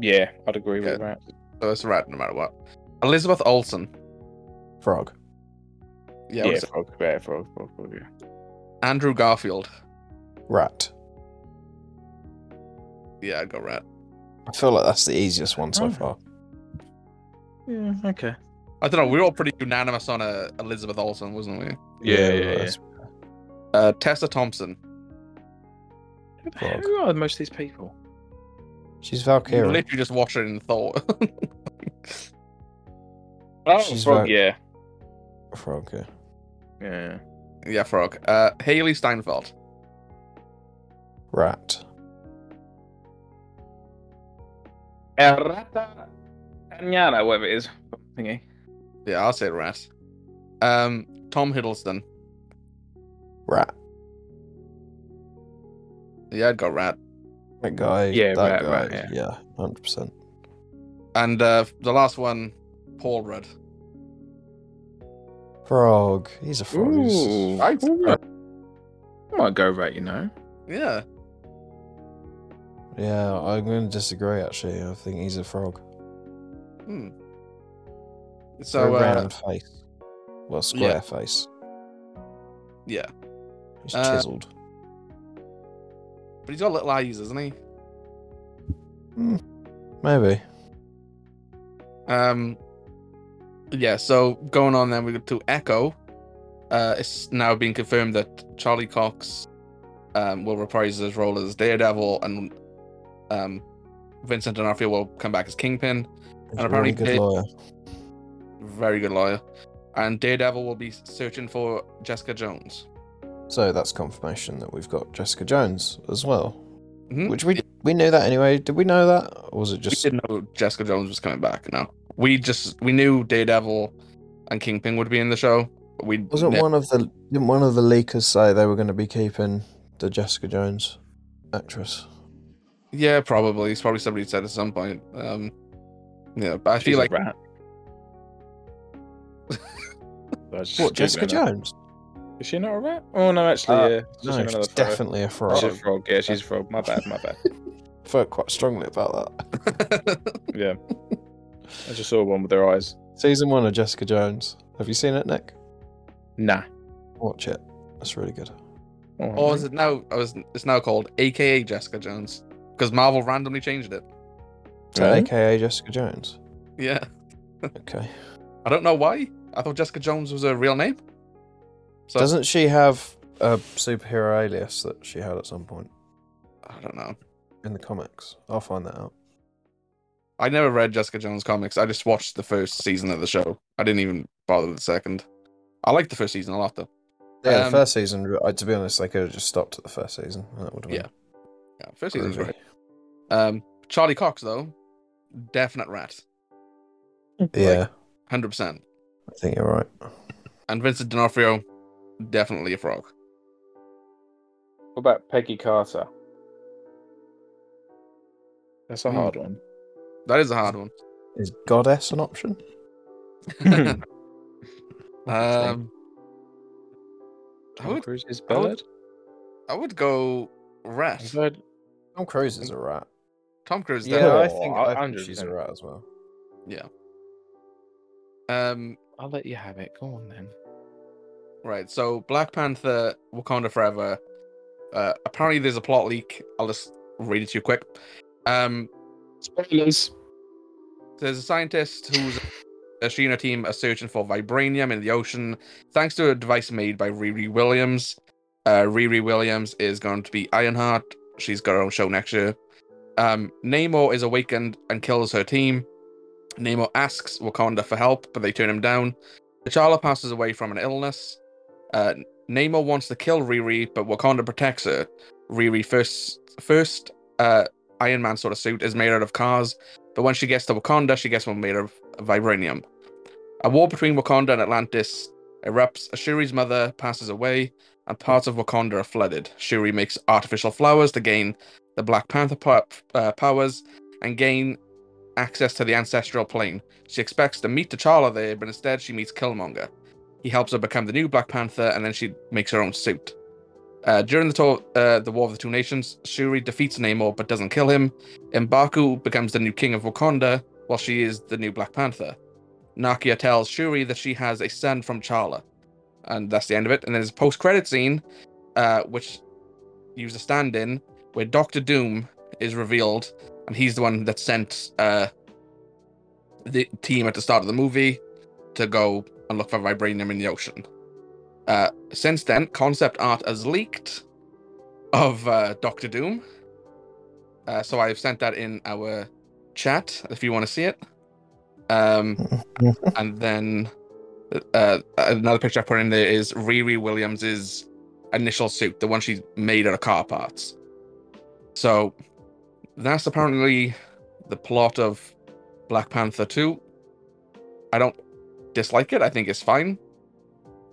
Speaker 3: Yeah, I'd agree with
Speaker 4: Yeah.
Speaker 3: that.
Speaker 4: So it's rat no matter what. Elizabeth Olsen.
Speaker 1: Frog.
Speaker 4: Yeah.
Speaker 3: Yeah,
Speaker 4: what is it?
Speaker 3: frog. Yeah, frog. Frog. frog yeah.
Speaker 4: Andrew Garfield.
Speaker 1: Rat.
Speaker 4: Yeah, I got rat.
Speaker 1: I feel like that's the easiest one so
Speaker 3: Oh.
Speaker 1: far.
Speaker 3: Yeah. Okay.
Speaker 4: I don't know. We were all pretty unanimous on uh, Elizabeth Olsen, wasn't we?
Speaker 3: Yeah, yeah, yeah.
Speaker 1: that's-
Speaker 4: Uh, Tessa Thompson.
Speaker 3: Who the
Speaker 1: Frog.
Speaker 3: hell are most of these people?
Speaker 1: She's
Speaker 4: You
Speaker 1: Valkyrie.
Speaker 4: literally just watched it in thought.
Speaker 3: Oh,
Speaker 1: She's
Speaker 3: frog.
Speaker 1: right.
Speaker 3: Yeah.
Speaker 1: Frog. Yeah.
Speaker 3: Yeah.
Speaker 4: yeah, frog. Uh, Haley Steinfeld.
Speaker 1: Rat.
Speaker 3: Errata Anyana, whatever it is. Thingy.
Speaker 4: Yeah, I'll say rat. Um, Tom Hiddleston.
Speaker 1: Rat.
Speaker 4: Yeah, I got rat.
Speaker 1: That guy.
Speaker 3: Yeah,
Speaker 1: that
Speaker 3: rat, rat,
Speaker 1: guy,
Speaker 3: yeah.
Speaker 1: Yeah. Hundred percent.
Speaker 4: And uh, the last one, Paul Rudd.
Speaker 1: Frog. He's a frog. He's-
Speaker 3: Ooh,
Speaker 4: I-
Speaker 3: I might go right, you know.
Speaker 4: Yeah.
Speaker 1: Yeah, I'm going to disagree. Actually, I think he's a frog.
Speaker 4: Hmm.
Speaker 1: Very
Speaker 4: So uh,
Speaker 1: round face. Well, square
Speaker 4: yeah.
Speaker 1: face.
Speaker 4: yeah,
Speaker 1: He's
Speaker 4: Uh,
Speaker 1: chiseled.
Speaker 4: but he's got little eyes, isn't he?
Speaker 1: Maybe.
Speaker 4: Um. Yeah. So going on then, we go to Echo. Uh, it's now been confirmed that Charlie Cox um, will reprise his role as Daredevil, and um, Vincent D'Onofrio will come back as Kingpin.
Speaker 1: He's
Speaker 4: And
Speaker 1: a really
Speaker 4: apparently
Speaker 1: good
Speaker 4: they-
Speaker 1: lawyer.
Speaker 4: Very good lawyer. And Daredevil will be searching for Jessica Jones.
Speaker 1: So that's confirmation that we've got Jessica Jones as well.
Speaker 4: Mhm.
Speaker 1: Which we we knew that anyway. Did we know that, or was it
Speaker 4: we
Speaker 1: just
Speaker 4: didn't know Jessica Jones was coming back. No, we just we knew Daredevil and Kingpin would be in the show. but We
Speaker 1: wasn't
Speaker 4: ne-
Speaker 1: one of the didn't one of the leakers say they were going to be keeping the Jessica Jones? actress.
Speaker 4: Yeah, probably. It's probably somebody said at some point. Um, yeah, but I
Speaker 3: She's
Speaker 4: feel
Speaker 3: a
Speaker 4: like
Speaker 3: rat. I was just
Speaker 1: What, Jessica
Speaker 3: Googling her.
Speaker 1: Jones?
Speaker 3: Is she not a rat? Oh no, actually,
Speaker 1: Uh,
Speaker 3: yeah. It's just
Speaker 1: No,
Speaker 3: another
Speaker 1: she's
Speaker 3: frog.
Speaker 1: definitely a frog.
Speaker 3: She's a frog. Yeah, she's a frog. My bad. My bad.
Speaker 1: Felt quite strongly about that.
Speaker 3: Yeah. I just saw one with their eyes.
Speaker 1: Season one of Jessica Jones. Have you seen it, Nick?
Speaker 3: Nah.
Speaker 1: Watch it. That's really good.
Speaker 3: Oh,
Speaker 4: or is it now? I was. It's now called AKA Jessica Jones because Marvel randomly changed it.
Speaker 1: So,
Speaker 3: Really?
Speaker 1: AKA Jessica Jones.
Speaker 4: Yeah,
Speaker 1: Okay.
Speaker 4: I don't know why. I thought Jessica Jones was her real name. So
Speaker 1: Doesn't she have a superhero alias that she had at some point
Speaker 4: I don't know.
Speaker 1: in the comics? I'll find that out.
Speaker 4: I never read Jessica Jones comics. I just watched the first season of the show. I didn't even bother with the second. I liked the first season a lot though.
Speaker 1: Yeah, the
Speaker 4: Um,
Speaker 1: first season. I- To be honest, they could have just stopped at the first season. and That would have been
Speaker 4: Yeah, Yeah, first season was
Speaker 1: groovy.
Speaker 4: great. Um, Charlie Cox though, definite rat,
Speaker 1: Yeah,
Speaker 4: hundred percent.
Speaker 1: I think you're right.
Speaker 4: And Vincent D'Onofrio, definitely a frog.
Speaker 3: What about Peggy Carter? That's a
Speaker 4: Hmm.
Speaker 3: hard one.
Speaker 4: That is a hard one.
Speaker 1: Is goddess an option?
Speaker 4: um, I
Speaker 3: Tom
Speaker 4: would,
Speaker 3: Cruise is
Speaker 4: I would-
Speaker 3: bird.
Speaker 4: I would go rat.
Speaker 3: I've heard-
Speaker 1: Tom Cruise is a rat.
Speaker 4: Tom Cruise.
Speaker 1: Yeah,
Speaker 4: Yeah.
Speaker 1: I think,
Speaker 3: Oh,
Speaker 1: I think
Speaker 3: 100%.
Speaker 1: she's a rat as well.
Speaker 4: Um.
Speaker 3: I'll let you have it. Go on then.
Speaker 4: Right. So Black Panther, Wakanda Forever. Uh, apparently, there's a plot leak. I'll just read it to you quick. Um,
Speaker 3: Spoilers.
Speaker 4: there's a scientist who's a she and her team are searching for vibranium in the ocean thanks to a device made by Riri Williams. Uh, Riri Williams is going to be Ironheart. She's got her own show next year. Um, Namor is awakened and kills her team. Namor asks Wakanda for help, but they turn him down. T'Challa passes away from an illness. Uh, Namor wants to kill Riri, but Wakanda protects her. Riri first first uh, Iron Man sort of suit is made out of cars but when she gets to Wakanda, she gets one made of vibranium. A war between Wakanda and Atlantis erupts. Shuri's mother passes away, and parts of Wakanda are flooded. Shuri makes artificial flowers to gain the Black Panther po- uh, powers and gain access to the ancestral plane. She expects to meet T'Challa there, but instead she meets Killmonger. He helps her become the new Black Panther, and then she makes her own suit. Uh, during the, to- uh, the War of the Two Nations, Shuri defeats Namor but doesn't kill him. M'Baku becomes the new king of Wakanda, while she is the new Black Panther. Nakia tells Shuri that she has a son from T'Challa, and that's the end of it. And there's a post-credit scene, uh, which used a stand-in where Doctor Doom is revealed, and he's the one that sent uh, the team at the start of the movie to go and look for vibranium in the ocean. Uh, since then, concept art has leaked of uh, Doctor Doom. Uh, so I've sent that in our chat if you want to see it. Um, and then uh, another picture I put in there is Riri Williams's initial suit, the one she made out of car parts. So that's apparently the plot of Black Panther 2. I don't dislike it. I think it's fine.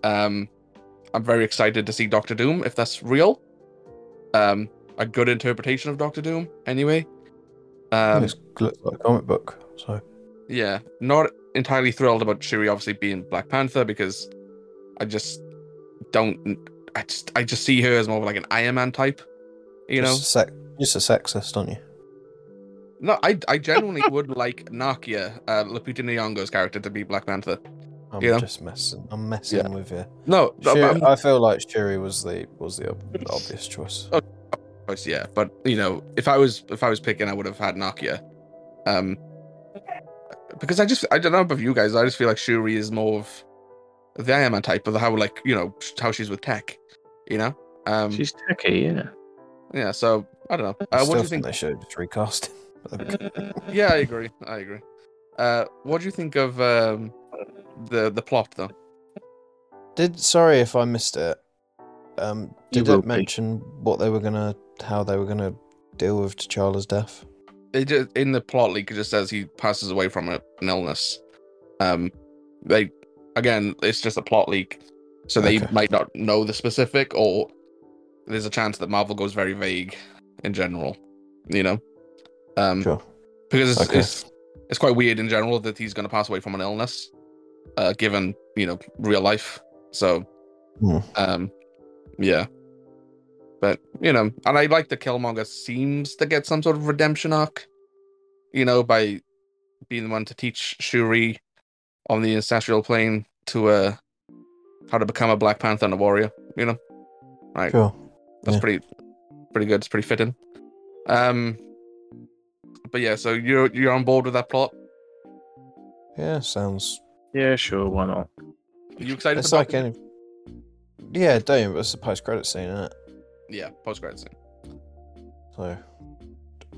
Speaker 4: Um, I'm very excited to see Doctor Doom if that's real. Um, a good interpretation of Doctor Doom, anyway. Um,
Speaker 1: it looks like a comic book. So
Speaker 4: yeah, not entirely thrilled about Shuri obviously being Black Panther because I just don't. I just I just see her as more of like an Iron Man type. You know,
Speaker 1: just a sec- just a sexist, don't you?
Speaker 4: no, I I genuinely would like Nakia, uh, Lupita Nyong'o's character to be Black Panther.
Speaker 1: I'm
Speaker 4: Yeah.
Speaker 1: just messing. I'm messing
Speaker 4: Yeah.
Speaker 1: with you.
Speaker 4: No, no,
Speaker 1: Shuri,
Speaker 4: but-
Speaker 1: I feel like Shuri was the was the ob- obvious
Speaker 4: Uh,
Speaker 1: choice.
Speaker 4: course, yeah. But you know, if I was if I was picking, I would have had Nakia, um, because I just I don't know about you guys. I just feel like Shuri is more of the Iron Man type of how like you know how she's with tech, you know. Um,
Speaker 3: She's techie, yeah.
Speaker 4: yeah. So I don't know.
Speaker 1: I
Speaker 4: Uh,
Speaker 1: still
Speaker 4: what do you
Speaker 1: think
Speaker 4: think? Mm.
Speaker 1: they should just recast. him.
Speaker 4: Yeah, I agree. I agree. Uh, what do you think of um, the the plot though?
Speaker 1: did sorry if I missed it. Um,
Speaker 3: You
Speaker 1: did
Speaker 3: will
Speaker 1: it
Speaker 3: be.
Speaker 1: mention what they were gonna, how they were gonna deal with T'Challa's death?
Speaker 4: It just, in the plot leak, it just says he passes away from a, an illness. Um, they again, it's just a plot leak, so they
Speaker 1: Okay.
Speaker 4: might not know the specific, or there's a chance that Marvel goes very vague in general. You know, um,
Speaker 1: Sure.
Speaker 4: because it's,
Speaker 1: Okay.
Speaker 4: it's it's quite weird in general that he's going to pass away from an illness, uh, given you know real life. So,
Speaker 1: Hmm.
Speaker 4: um, yeah, but you know, and I like that Killmonger seems to get some sort of redemption arc, you know, by being the one to teach Shuri on the ancestral plane to uh how to become a Black Panther and a warrior. You know, right?
Speaker 1: Sure.
Speaker 4: That's
Speaker 1: Yeah.
Speaker 4: pretty pretty good. It's pretty fitting. Um but yeah, so you're you're on board with that plot.
Speaker 1: Yeah, sounds.
Speaker 3: Yeah, sure, why not?
Speaker 4: Are you excited
Speaker 1: It's
Speaker 4: for
Speaker 1: like
Speaker 4: Black-
Speaker 1: any. Yeah, damn, but it's a post credit scene, isn't it?
Speaker 4: Yeah, post credits scene.
Speaker 1: So.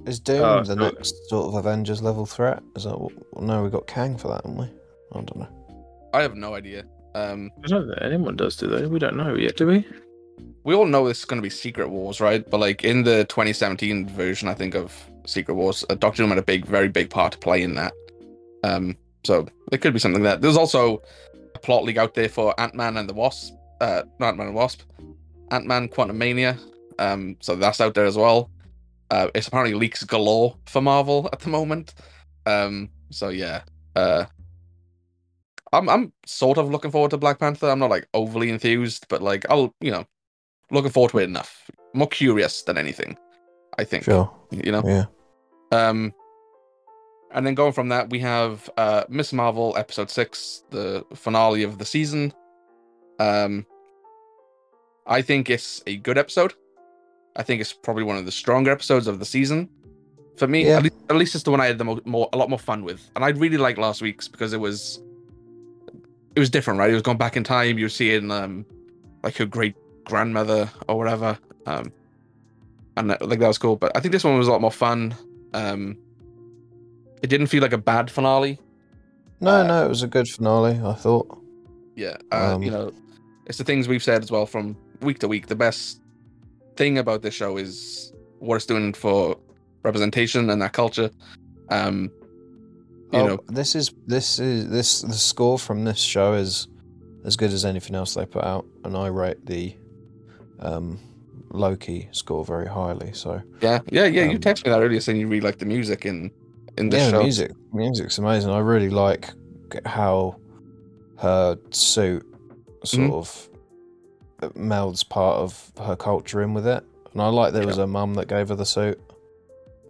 Speaker 1: Is Doom
Speaker 3: Uh,
Speaker 1: the
Speaker 3: no.
Speaker 1: next sort of Avengers level threat? Is that what. well, No, we got Kang for that, haven't we? I don't know.
Speaker 4: I have no idea. Um
Speaker 3: I don't know that anyone does, do they? We don't know yet, do we?
Speaker 4: we all know this is gonna be Secret Wars, right? But like in the twenty seventeen version I think of Secret Wars, uh, Doctor Doom had a big very big part to play in that. Um so it could be something that there's also a plot league out there for Ant Man and the Wasp. Uh not Ant Man and Wasp. Ant Man Quantum Mania. Um so that's out there as well. uh, it's apparently leaks galore for Marvel at the moment. Um, so yeah, uh, I'm I'm sort of looking forward to Black Panther. I'm not like overly enthused, but like I'll you know, looking forward to it enough. More curious than anything, I think.
Speaker 1: Sure.
Speaker 4: You know.
Speaker 1: Yeah.
Speaker 4: Um, and then going from that, we have uh, Miss Marvel episode six, the finale of the season. Um, I think it's a good episode. I think it's probably one of the stronger episodes of the season for me.
Speaker 1: Yeah.
Speaker 4: At, least, at least it's the one I had the mo- more a lot more fun with, and I really liked last week's because it was it was different, right? It was going back in time. You're seeing um like her great grandmother or whatever. Um, and that, like that was cool. But I think this one was a lot more fun. Um, it didn't feel like a bad finale.
Speaker 1: No,
Speaker 4: Uh,
Speaker 1: no, it was a good finale, I thought.
Speaker 4: Yeah, uh,
Speaker 1: Um,
Speaker 4: you know, it's the things we've said as well from week to week. The best thing about this show is what it's doing for representation and that culture. Um, you
Speaker 1: oh,
Speaker 4: know,
Speaker 1: this is this is this the score from this show is as good as anything else they put out, and I rate the um, Loki score very highly. So
Speaker 4: yeah, yeah, yeah. you
Speaker 1: um,
Speaker 4: texted me that earlier saying you really like the music in in this
Speaker 1: yeah,
Speaker 4: show.
Speaker 1: the music music's amazing. I really like how her suit
Speaker 4: Hmm?
Speaker 1: sort of melds part of her culture in with it, and I like there was her mum that gave her the suit.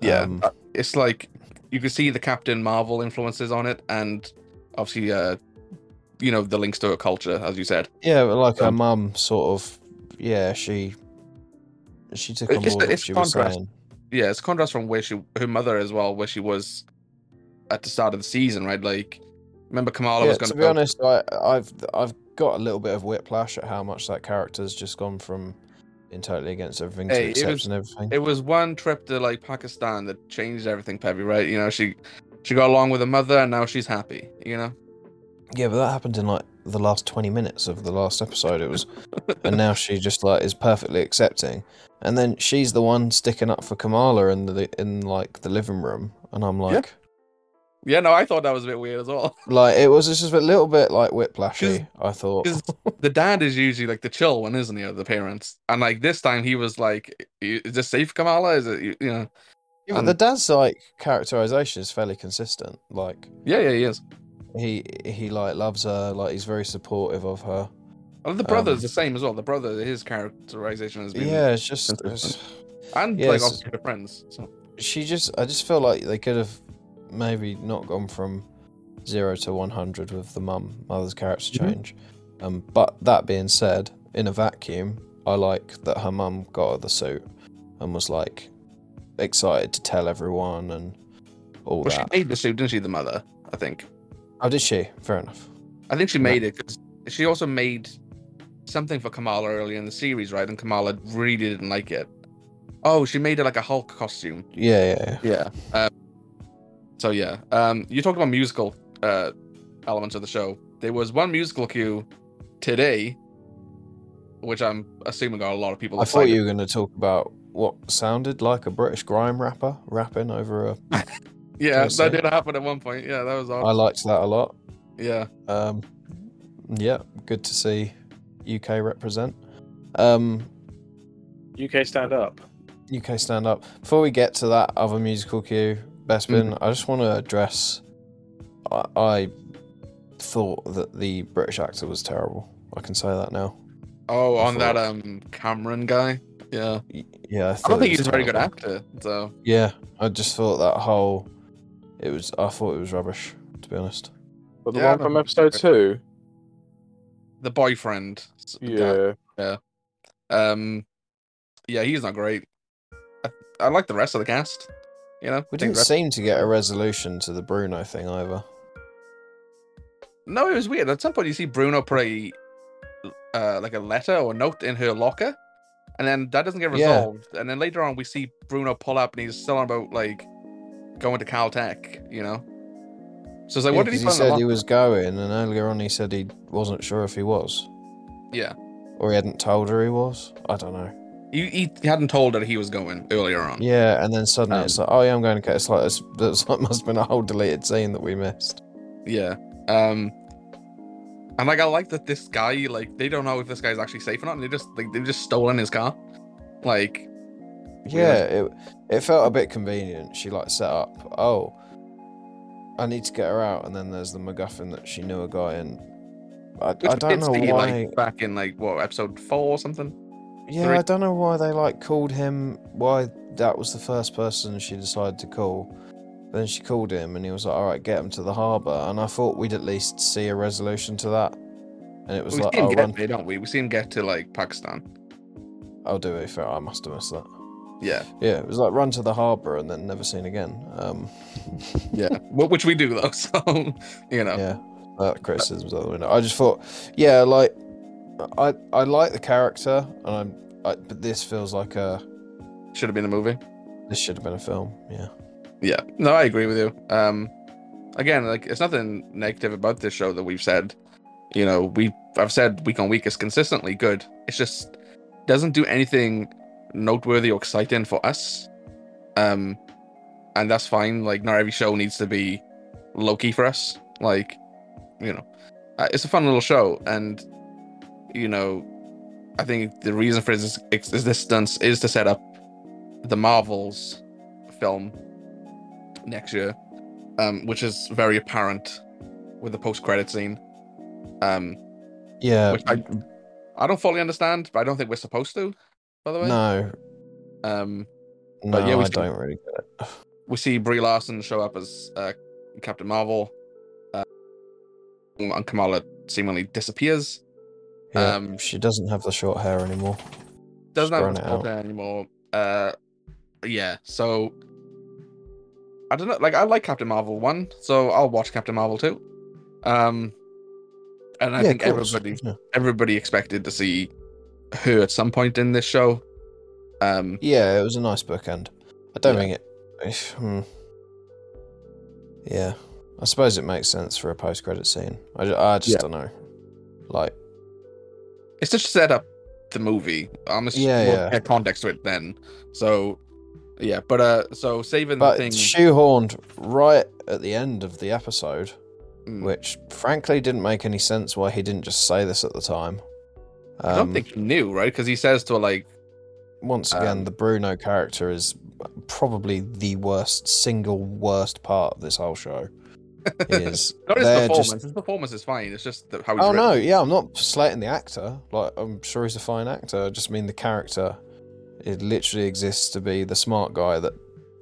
Speaker 4: Yeah,
Speaker 1: Um,
Speaker 4: uh, it's like you can see the Captain Marvel influences on it, and obviously, uh, you know, the links to her culture, as you said.
Speaker 1: yeah, but like her
Speaker 4: Um,
Speaker 1: mum sort of yeah she she took on
Speaker 4: It's-
Speaker 1: board what
Speaker 4: it's
Speaker 1: she was
Speaker 4: contrast.
Speaker 1: saying.
Speaker 4: yeah, it's contrast from where she, her mother as well, where she was at the start of the season, right? Like, remember Kamala
Speaker 1: yeah,
Speaker 4: was going
Speaker 1: to be honest, I, I've I've got a little bit of whiplash at how much that character's just gone from being totally against everything
Speaker 4: Hey,
Speaker 1: to
Speaker 4: it
Speaker 1: accepts
Speaker 4: was-
Speaker 1: and everything.
Speaker 4: It was one trip to like Pakistan that changed everything, Peppy. Right? You know, she she got along with her mother, and now she's happy. You know,
Speaker 1: yeah, but that happened in like the last twenty minutes of the last episode. It was, and now she just like is perfectly accepting, and then she's the one sticking up for Kamala in the in like the living room, and I'm like,
Speaker 4: yeah. No, I thought that was a bit weird as well.
Speaker 1: like it was just a little bit like whiplashy. I thought,
Speaker 4: 'Cause the dad is usually like the chill one, isn't he? Of the parents, and like this time he was like, "I- "Is this safe, Kamala? Is it you you know?"
Speaker 1: yeah,
Speaker 4: Hmm.
Speaker 1: but Uh, the dad's like characterization is fairly consistent. Like
Speaker 4: Yeah, yeah, he is.
Speaker 1: he he like loves her, like he's very supportive of her.
Speaker 4: And the brother's
Speaker 1: Um,
Speaker 4: the same as well. The brother, his characterization has been
Speaker 1: yeah it's just
Speaker 4: consistent.
Speaker 1: it's-
Speaker 4: and
Speaker 1: yeah,
Speaker 4: like
Speaker 1: it's-
Speaker 4: obviously the friends. So.
Speaker 1: she just i just feel like they could have maybe not gone from 0 to 100 with the mum mother's character
Speaker 4: Mhm.
Speaker 1: change um, but that being said in a vacuum i like that her mum got her the suit and was like excited to tell everyone and all
Speaker 4: Well, she
Speaker 1: that
Speaker 4: made the suit, didn't she? The mother, I think.
Speaker 1: oh did she fair enough
Speaker 4: I think she
Speaker 1: Ma-
Speaker 4: made it 'cause she also made something for Kamala earlier in the series, right? And Kamala really didn't like it. Oh, she made it like a Hulk costume.
Speaker 1: yeah yeah, yeah.
Speaker 4: Yeah. Um, so yeah, um, you talked about musical uh, elements of the show. There was one musical cue today, which I'm assuming got a lot of people.
Speaker 1: i thought
Speaker 4: excited.
Speaker 1: you were going to talk about what sounded like a british grime rapper rapping over a
Speaker 4: Yeah,
Speaker 1: Did I
Speaker 4: that
Speaker 1: say? Uh,
Speaker 4: did happen at one point. Yeah, that was
Speaker 1: i
Speaker 4: odd.
Speaker 1: liked that a lot
Speaker 4: Yeah.
Speaker 1: Um, yeah, good to see UK represent. Um,
Speaker 3: UK stand up.
Speaker 1: UK stand up. Before we get to that other musical cue,
Speaker 4: Mm.
Speaker 1: Bespin, I just want to address. I, I thought that the British actor was terrible. I can say that now.
Speaker 4: Oh,
Speaker 1: I
Speaker 4: on that
Speaker 1: thought-
Speaker 4: um Cameron guy. Yeah,
Speaker 1: Y- Yeah,
Speaker 4: I
Speaker 1: thought
Speaker 4: don't
Speaker 1: it
Speaker 4: think
Speaker 1: was
Speaker 4: he's a very good
Speaker 1: terrible.
Speaker 4: actor. So
Speaker 1: Yeah, I just thought that whole. It was. I thought it was rubbish. To be honest.
Speaker 2: But the
Speaker 4: Yeah, I
Speaker 2: one from
Speaker 4: remember.
Speaker 2: episode two,
Speaker 4: the boyfriend. s- guy,
Speaker 2: yeah,
Speaker 4: Um, yeah, he's not great. I, I like the rest of the cast. You know,
Speaker 1: We
Speaker 4: I think
Speaker 1: didn't
Speaker 4: the rest-
Speaker 1: seem to get a resolution to the Bruno thing either.
Speaker 4: No, it was weird. At some point, you see Bruno put a uh, like a letter or note in her locker, and then that doesn't get
Speaker 1: Yeah.
Speaker 4: resolved. And then later on, we see Bruno pull up, and he's still on about like going to Caltech. You know, so it's like,
Speaker 1: Yeah,
Speaker 4: what
Speaker 1: 'cause
Speaker 4: did
Speaker 1: he,
Speaker 4: he put in the
Speaker 1: said he
Speaker 4: locker?
Speaker 1: was going, and earlier on he said he wasn't sure if he was.
Speaker 4: Yeah.
Speaker 1: Or he hadn't told her he was. I don't know.
Speaker 4: He, he hadn't told her he was going earlier on.
Speaker 1: Yeah, and then
Speaker 4: Um,
Speaker 1: suddenly it's like, oh yeah, I'm going to get. It's like it's, it's like must have been a whole deleted scene that we missed.
Speaker 4: Yeah. Um and like I like that this guy, like they don't know if this guy's actually safe or not, and they just like they've just stolen his car. Like
Speaker 1: Yeah, it it felt a bit convenient. She like set up. Oh, I need to get her out, and then there's the MacGuffin that she knew a guy, and I, I don't
Speaker 4: did
Speaker 1: know
Speaker 4: see,
Speaker 1: why.
Speaker 4: like back in like what episode four or something.
Speaker 1: yeah,
Speaker 4: three-
Speaker 1: I don't know why they like called him. Why that was the first person she decided to call. Then she called him, and he was like, "All right, get him to the harbour." And I thought we'd at least see a resolution to that. And it was
Speaker 4: We
Speaker 1: like,
Speaker 4: see him
Speaker 1: "Oh,
Speaker 4: get
Speaker 1: run-
Speaker 4: there, don't we? We see him get to like Pakistan.
Speaker 1: I'll do it. Fair, I must have missed that."
Speaker 4: Yeah,
Speaker 1: Yeah, it was like run to the harbour and then never seen again. Um,
Speaker 4: yeah. Wh- Which we do though, so you know.
Speaker 1: Yeah, that criticism's out the window. I just thought, yeah, like I I like the character, and I'm I, but this feels like a
Speaker 4: Should have been a movie.
Speaker 1: this should have been a film. Yeah,
Speaker 4: Yeah. No, I agree with you. Um again, like it's nothing negative about this show that we've said. You know, we I've said week on week is consistently good. It's just doesn't do anything noteworthy or exciting for us. Um and that's fine. Like not every show needs to be low key for us. Like, you know, uh, it's a fun little show and you know, I think the reason for its its existence is to set up the Marvels film next year, um, which is very apparent with the post-credit scene, um,
Speaker 1: yeah.
Speaker 4: which I I don't fully understand, but I don't think we're supposed to. By the way,
Speaker 1: no,
Speaker 4: um,
Speaker 1: no,
Speaker 4: yeah, we
Speaker 1: I
Speaker 4: should-
Speaker 1: don't really get it.
Speaker 4: we see Brie Larson show up as uh, Captain Marvel, uh, and Kamala seemingly disappears.
Speaker 1: Yeah,
Speaker 4: Um,
Speaker 1: she doesn't have the short hair anymore.
Speaker 4: doesn't
Speaker 1: Just
Speaker 4: have much
Speaker 1: grown it
Speaker 4: content anymore. Uh, yeah, so I don't know. Like, I like Captain Marvel one, so I'll watch Captain Marvel two. Um, and I
Speaker 1: yeah,
Speaker 4: think
Speaker 1: of course,
Speaker 4: everybody
Speaker 1: Yeah.
Speaker 4: everybody expected to see her at some point in this show. Um,
Speaker 1: Yeah, it was a nice bookend. I don't
Speaker 4: Yeah.
Speaker 1: think it. hmm. Yeah, I suppose it makes sense for a post-credit scene. I, ju- I just
Speaker 4: Yeah.
Speaker 1: don't know. Like,
Speaker 4: it's just set up the movie. I'm just
Speaker 1: Yeah,
Speaker 4: we'll
Speaker 1: yeah.
Speaker 4: get context to it then. So yeah, but uh, so saving
Speaker 1: but
Speaker 4: the thing.
Speaker 1: it's shoehorned right at the end of the episode,
Speaker 4: Mm.
Speaker 1: which frankly didn't make any sense why he didn't just say this at the time. Um,
Speaker 4: I don't think he knew, right? Because he says to her like,
Speaker 1: Once again,
Speaker 4: um,
Speaker 1: the Bruno character is probably the worst, single worst part of this whole show. Is
Speaker 4: not his
Speaker 1: they're
Speaker 4: performance.
Speaker 1: just
Speaker 4: His performance is fine. It's just the, how he's
Speaker 1: Oh
Speaker 4: written.
Speaker 1: no, yeah, I'm not slating the actor. Like I'm sure he's a fine actor. I just mean the character. It literally exists to be the smart guy that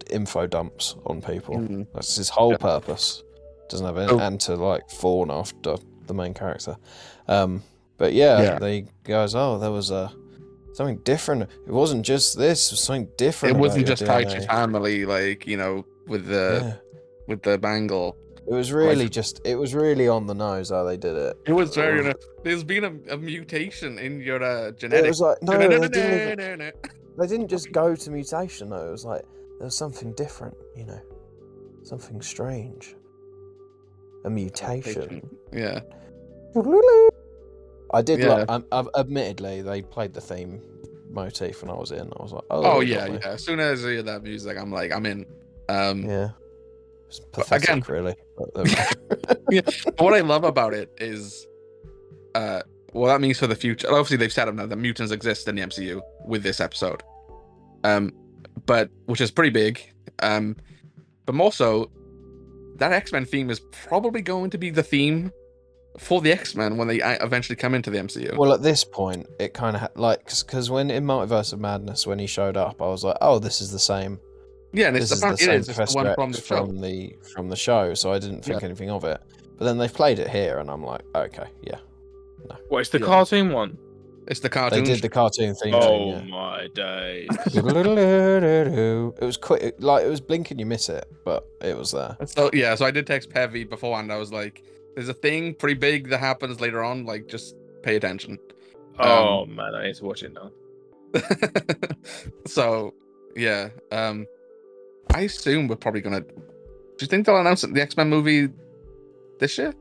Speaker 1: info dumps on people.
Speaker 4: Mm.
Speaker 1: That's his whole
Speaker 4: Yeah.
Speaker 1: purpose. Doesn't have any,
Speaker 4: Oh.
Speaker 1: and to like fawn after the main character. Um, but yeah,
Speaker 4: Yeah.
Speaker 1: they goes, oh, there was a something different. It wasn't just this. It was something different.
Speaker 4: It
Speaker 1: about
Speaker 4: wasn't
Speaker 1: your
Speaker 4: just tied to his
Speaker 1: DNA."
Speaker 4: family, like you know, with the
Speaker 1: Yeah.
Speaker 4: with the bangle.
Speaker 1: It was really just. It was really on the nose how they did it.
Speaker 4: It was
Speaker 1: very-
Speaker 4: very. There's been a, a mutation in your uh,
Speaker 1: It was
Speaker 4: genetics.
Speaker 1: like no, they didn't even, they didn't just go to mutation though. It was like there was something different, you know, something strange, a mutation.
Speaker 4: Yeah.
Speaker 1: I did.
Speaker 4: Yeah.
Speaker 1: Like, um, I've, admittedly, they played the theme motif when I was in. I was like, oh,
Speaker 4: Oh yeah,
Speaker 1: lovely.
Speaker 4: yeah. As soon as I hear that music, I'm like, I'm in. Um,
Speaker 1: yeah. It's pathetic,
Speaker 4: again-
Speaker 1: really. But there we go.
Speaker 4: but what I love about it is, uh, well, that means for the future. Obviously, they've set up now that mutants exist in the MCU with this episode. Um, but which is pretty big. Um, but more so, that X Men theme is probably going to be the theme for the X Men when they uh, eventually come into the MCU.
Speaker 1: Well, at this point, it kind of ha- like because when in Multiverse of Madness, when he showed up, I was like, "Oh, this is the same.
Speaker 4: yeah, and
Speaker 1: This
Speaker 4: it's,
Speaker 1: is the
Speaker 4: apparently
Speaker 1: same
Speaker 4: it is it's the
Speaker 1: Professor
Speaker 4: one from the
Speaker 1: X
Speaker 4: show.
Speaker 1: from the from the show." So I didn't think anything of it. But then they've played it here, and I'm like, "Okay, yeah."
Speaker 3: What is the
Speaker 4: Yeah.
Speaker 3: cartoon one?
Speaker 4: It's the
Speaker 1: They
Speaker 4: cartoon.
Speaker 1: did the cartoon theme.
Speaker 3: Oh
Speaker 1: tune,
Speaker 3: my days!
Speaker 1: yeah. it was quick, it- like it was blink and you miss it, but it was there.
Speaker 4: So yeah, so I did text Pevy beforehand. I was like, "There's a thing pretty big that happens later on. Like, just pay attention." Um,
Speaker 3: Oh man, I need to watch it now.
Speaker 4: so yeah, um, I assume we're probably gonna. Do you think they'll announce the X Men movie this year?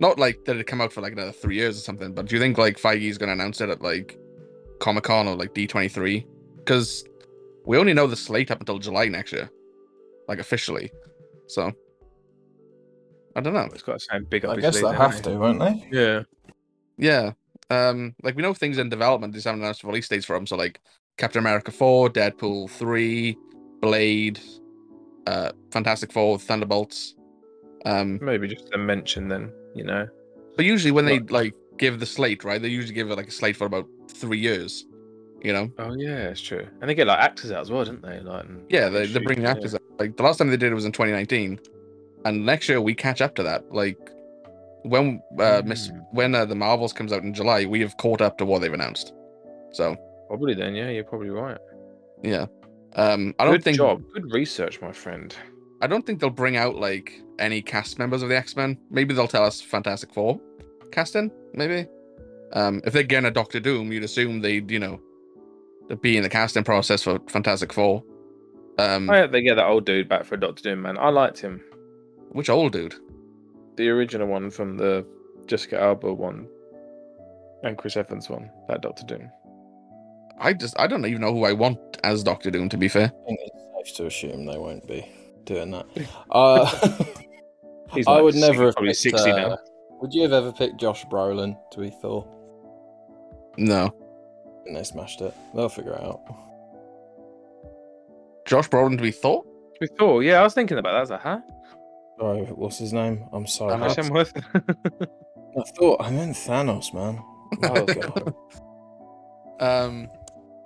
Speaker 4: Not like that it come out for like another three years or something, but do you think like Feige's gonna announce it at like Comic Con or like D twenty three? Because we only know the slate up until July next year, like officially. So I don't know.
Speaker 3: It's got to sound big up
Speaker 2: I
Speaker 3: his
Speaker 2: guess
Speaker 3: sleeve,
Speaker 2: they'll
Speaker 3: don't
Speaker 2: have
Speaker 3: they?
Speaker 2: to, won't they?
Speaker 3: Yeah.
Speaker 4: Yeah. Um, like we know things in development, they just haven't announced release dates for them. So like Captain America four, Deadpool three, Blade, uh, Fantastic Four, Thunderbolts. Um,
Speaker 3: Maybe just a mention then, you know.
Speaker 4: but usually when they
Speaker 3: Right.
Speaker 4: like give the slate, right, they usually give it like a slate for about three years. You know?
Speaker 3: Oh yeah, it's true. And they get like actors out as well, don't they? Like and-
Speaker 4: Yeah, they they
Speaker 3: shoot,
Speaker 4: bring the
Speaker 3: yeah.
Speaker 4: actors. Up. Like the last time they did it was in 2019, and next year we catch up to that. Like when uh, Miss
Speaker 3: Mm.
Speaker 4: when uh, the Marvels comes out in July, we have caught up to what they've announced. So
Speaker 3: Probably then, yeah, you're probably right.
Speaker 4: yeah, um, I don't
Speaker 3: Good
Speaker 4: think
Speaker 3: job, good research, my friend.
Speaker 4: I don't think they'll bring out like any cast members of the X Men. Maybe they'll tell us Fantastic Four casting. Maybe um, if they're getting a Doctor Doom, you'd assume they'd you know they'd be in the casting process for Fantastic Four. Um,
Speaker 3: I hope they get that old dude back for Doctor Doom, man. I liked him,
Speaker 4: Which old dude?
Speaker 3: the original one from the Jessica Alba one, and Chris Evans one. That Doctor Doom.
Speaker 4: I just I don't even know who I want as Doctor Doom. To be fair.
Speaker 2: I think it's safe to assume they won't be doing that. Uh,
Speaker 3: He's
Speaker 2: I
Speaker 3: like
Speaker 2: would
Speaker 3: six-
Speaker 2: never have
Speaker 3: probably
Speaker 2: picked,
Speaker 3: 60 now.
Speaker 2: uh, Would you have ever picked Josh Brolin to be Thor?
Speaker 4: No.
Speaker 2: And they smashed it. They'll figure it out.
Speaker 4: Josh Brolin to be Thor?
Speaker 3: We Thor, yeah, I was thinking about that. I was like, huh?
Speaker 2: Sorry, what's his name? I'm sorry.
Speaker 4: Thanos.
Speaker 2: I,
Speaker 3: Chris Hemsworth.
Speaker 2: thought I meant Thanos, man. Oh god.
Speaker 4: Um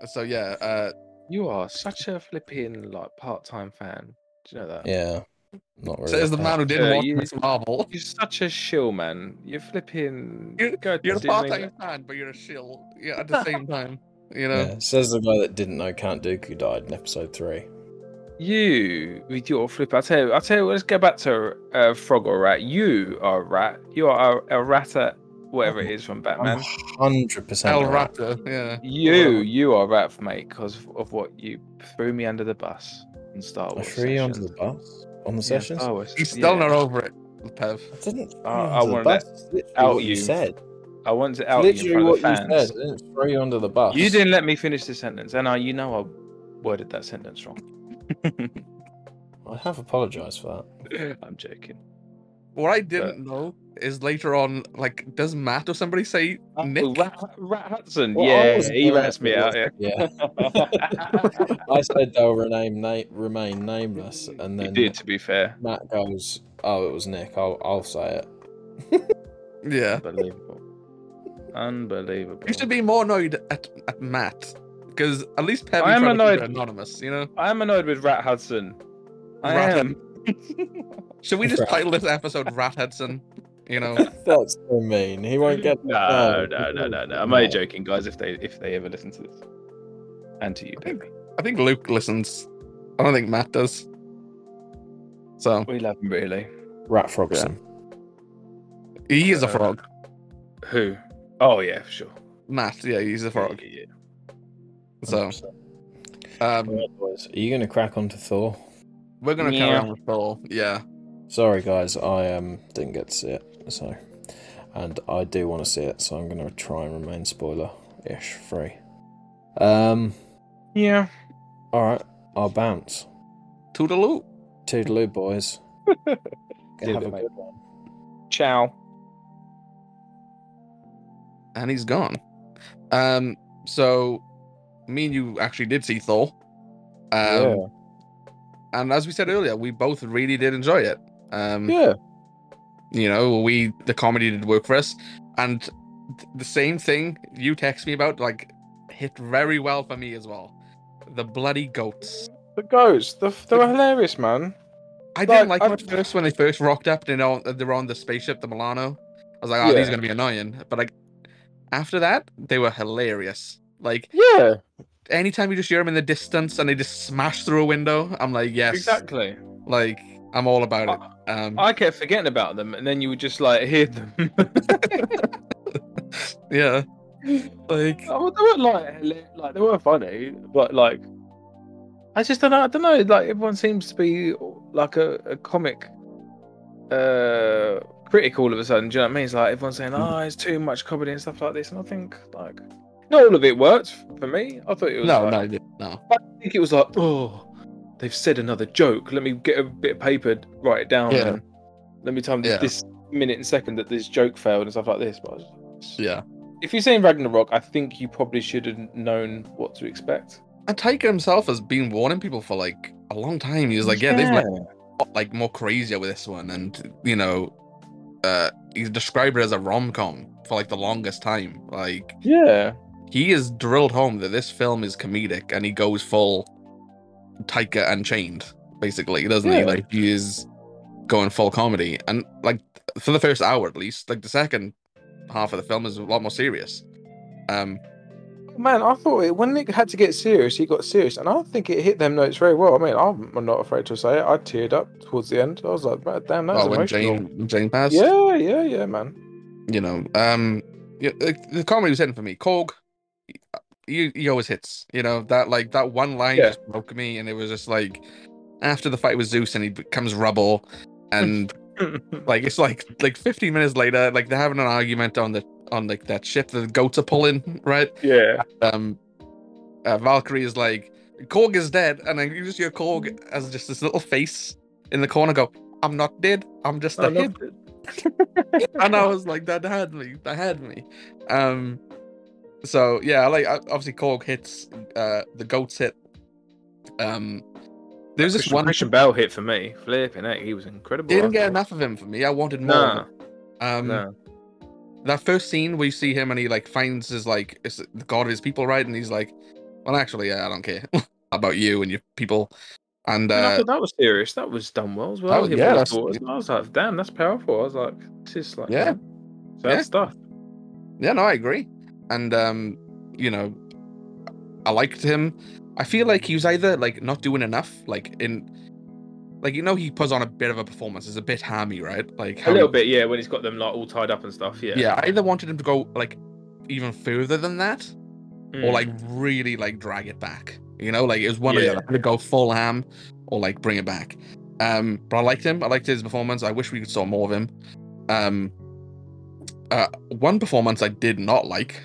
Speaker 4: so yeah, uh
Speaker 3: you are such a flipping like part-time fan. Do you know that?
Speaker 2: yeah. Not really.
Speaker 4: says the man who didn't
Speaker 3: Yeah,
Speaker 4: watch
Speaker 3: you-
Speaker 4: Miss Marvel.
Speaker 3: You're such a shill, man. You're flipping.
Speaker 4: You-
Speaker 3: go to
Speaker 4: You're a
Speaker 3: Disney-
Speaker 4: part time fan, but you're a shill. Yeah, at the same time. You know?
Speaker 2: Yeah, says the guy that didn't know Count Dooku died in episode three.
Speaker 3: You with your flip. I tell you, I tell you. what, Let's go back to uh, Frog or Rat. You are a rat. You are a, a ratter, whatever it is from Batman.
Speaker 2: Hundred percent.
Speaker 4: El Raptor, yeah.
Speaker 3: You, you are a rat, mate, because of, of what you threw me under the bus in Star
Speaker 2: I
Speaker 3: Wars.
Speaker 2: threw you onto the
Speaker 3: sessions.
Speaker 2: bus on the
Speaker 3: Yeah,
Speaker 2: sessions.
Speaker 3: Star Wars.
Speaker 4: He's still
Speaker 3: yeah.
Speaker 4: not over it, Pev.
Speaker 2: I didn't. throw you
Speaker 3: I- uh, I
Speaker 2: onto the
Speaker 3: wanted
Speaker 2: bus. It's literally
Speaker 3: out
Speaker 2: what you
Speaker 3: you
Speaker 2: said.
Speaker 3: I wanted to
Speaker 2: It's
Speaker 3: out you in
Speaker 2: literally what
Speaker 3: front of the
Speaker 2: you
Speaker 3: fans.
Speaker 2: said. I didn't throw you under the bus.
Speaker 3: You didn't let me finish the sentence, and I, you know, I worded that sentence wrong.
Speaker 2: I have apologised for
Speaker 3: I'm joking.
Speaker 4: What I didn't know is later on, like, does Matt or somebody say
Speaker 3: Oh,
Speaker 4: Uh, Nick?
Speaker 3: Rat, Rat Hudson.
Speaker 2: Well, I
Speaker 3: yeah,
Speaker 2: was
Speaker 3: he
Speaker 2: there.
Speaker 3: rats me out. Yeah.
Speaker 2: that. Yeah. I said they'll rename na- remain nameless, and
Speaker 3: he
Speaker 2: then
Speaker 3: did, to be fair.
Speaker 2: Matt goes, "Oh, it was Nick. I'll I'll say it."
Speaker 4: Yeah.
Speaker 3: Unbelievable. Unbelievable.
Speaker 4: You should be more annoyed at, at Matt. Because at least Pev
Speaker 3: I am annoyed.
Speaker 4: anonymous, you know?
Speaker 3: I am annoyed with Rat Hudson. I
Speaker 4: Rat
Speaker 3: am.
Speaker 4: Should we just
Speaker 2: Right.
Speaker 4: title this episode Rat Hudson? You know?
Speaker 2: That's so mean. He won't get.
Speaker 3: No, no, no, no, no. I'm only joking, guys. If they if they ever listen to this, and to you,
Speaker 4: think-
Speaker 3: Pepe.
Speaker 4: I think Luke listens. I don't think Matt does. So
Speaker 3: we love him really.
Speaker 2: Rat Frogson.
Speaker 4: he is a
Speaker 3: Uh,
Speaker 4: frog.
Speaker 3: Who? Oh yeah, for sure.
Speaker 4: Matt, yeah, he's a frog.
Speaker 3: Yeah, yeah,
Speaker 4: So
Speaker 2: 100%.
Speaker 4: um,
Speaker 2: Alright, boys, are you going to crack on to Thor?
Speaker 4: we're gonna carry
Speaker 3: Yeah.
Speaker 4: on with Thor. Yeah,
Speaker 2: Sorry, guys, I um didn't get to see it, so and I do want to see it, so I'm going to try and remain spoiler-ish free. Um,
Speaker 3: yeah.
Speaker 2: all right, I'll bounce.
Speaker 4: toodaloo.
Speaker 2: Toodaloo, boys.
Speaker 3: See you
Speaker 2: Have
Speaker 3: later,
Speaker 2: a
Speaker 3: mate.
Speaker 2: good one.
Speaker 3: Ciao.
Speaker 4: and he's gone. Um, so me and you actually did see Thor. Um,
Speaker 1: yeah.
Speaker 4: And as we said earlier, we both really did enjoy it.
Speaker 3: Mm.
Speaker 4: Um,
Speaker 1: Yeah.
Speaker 4: you know we the comedy did work for us and th- the same thing you text me about like hit very well for me as well the bloody goats
Speaker 3: The goats, the, they were hilarious, man.
Speaker 4: i didn't
Speaker 3: Like,
Speaker 4: like them
Speaker 3: I-
Speaker 4: at first when they first rocked up and all- they were on the spaceship the milano i was like oh
Speaker 3: Yeah.
Speaker 4: these are gonna be annoying but like after that they were hilarious like
Speaker 3: Yeah,
Speaker 4: anytime you just hear them in the distance and they just smash through a window i'm like yes
Speaker 3: exactly.
Speaker 4: like i'm all about it um
Speaker 3: I kept forgetting about them, and then you would just like hear them.
Speaker 4: yeah like
Speaker 3: Oh, they were like, hila- like they were funny, but like, I just don't know. I don't know. Like everyone seems to be like a, a comic uh critic all of a sudden. Do you know what I mean? It's like everyone's saying, "Oh, it's too much comedy and stuff like this," and I think like, not all of it worked for me. I thought it was
Speaker 4: no
Speaker 3: like-
Speaker 4: no no
Speaker 3: I think it was like, oh, they've said another joke. Let me get a bit of paper, write it down.
Speaker 4: Yeah.
Speaker 3: And let me time
Speaker 4: Yeah.
Speaker 3: this minute and second that this joke failed and stuff like this. But I was-
Speaker 4: yeah
Speaker 3: if you've seen Ragnarok, I think you probably should have known what to expect.
Speaker 4: And Taika himself has been warning people for like a long time. He was like, yeah, they've like, like more crazier with this one, and you know, uh, he's described it as a rom com for like the longest time. Like
Speaker 3: yeah,
Speaker 4: he is drilled home that this film is comedic, and he goes full Taika Unchained, basically, doesn't he?
Speaker 3: Yeah.
Speaker 4: Like he is going full comedy, and like for the first hour at least, like the second half of the film is a lot more serious. Um,
Speaker 3: man, I thought it, when it had to get serious, he got serious, and I think it hit them notes very well. I mean, I'm I'm not afraid to say it. I teared up towards the end. I was like, "Man, damn, that was
Speaker 4: well, Oh, when
Speaker 3: emotional.
Speaker 4: Jane when Jane passed,
Speaker 3: Yeah, yeah, yeah, man.
Speaker 4: you know, um, yeah, like, the comedy was hitting for me. Korg, he, he always hits. You know that like that one line
Speaker 3: Yeah.
Speaker 4: just broke me, and it was just like after the fight with Zeus, and he becomes rubble, and like it's like like 15 minutes later, like they're having an argument on the on like that ship that the goats are pulling, right?
Speaker 3: yeah,
Speaker 4: Um, uh, Valkyrie is like Korg is dead, and then you just hear Korg as just this little face in the corner go, "I'm not dead. I'm just a
Speaker 3: I
Speaker 4: hit."
Speaker 3: loved it.
Speaker 4: and I was like, that had me, that had me. Um, so yeah, I like I- obviously Korg hits, uh, the goats hit. Um, there was this
Speaker 3: Christian,
Speaker 4: one
Speaker 3: Christian Bale hit for me. Flipping heck, he was incredible.
Speaker 4: didn't
Speaker 3: I
Speaker 4: get
Speaker 3: thought.
Speaker 4: enough of him for me. I wanted more. of
Speaker 3: Nah,
Speaker 4: him. Um,
Speaker 3: nah.
Speaker 4: that first scene we see him and he like finds his like is the god of his people, right? And he's like, well, actually, yeah, I don't care about you and your people.
Speaker 3: And
Speaker 4: And
Speaker 3: I
Speaker 4: uh,
Speaker 3: thought that was serious. That was done well as well.
Speaker 4: was-
Speaker 3: Him
Speaker 4: yeah,
Speaker 3: and his
Speaker 4: that's-
Speaker 3: daughters. I was like, damn, that's powerful. I was like, this is like,
Speaker 4: Yeah.
Speaker 3: sad
Speaker 4: Yeah.
Speaker 3: stuff.
Speaker 4: yeah, no, I agree. And um, you know, I liked him. I feel like he was either like not doing enough, like in, like you know, he puts on a bit of a performance. It's a bit hammy, right? Like
Speaker 3: A
Speaker 4: how
Speaker 3: little
Speaker 4: he-
Speaker 3: bit, yeah, when he's got them like all tied up and stuff. Yeah,
Speaker 4: Yeah. I either wanted him to go like even further than that,
Speaker 3: Hmm.
Speaker 4: or like really like drag it back. You know, like it was one or the
Speaker 3: Mm. Yeah.
Speaker 4: other. Either go full ham or like bring it back. Um, but I liked him. I liked his performance. I wish we could saw more of him. Um, uh, one performance I did not like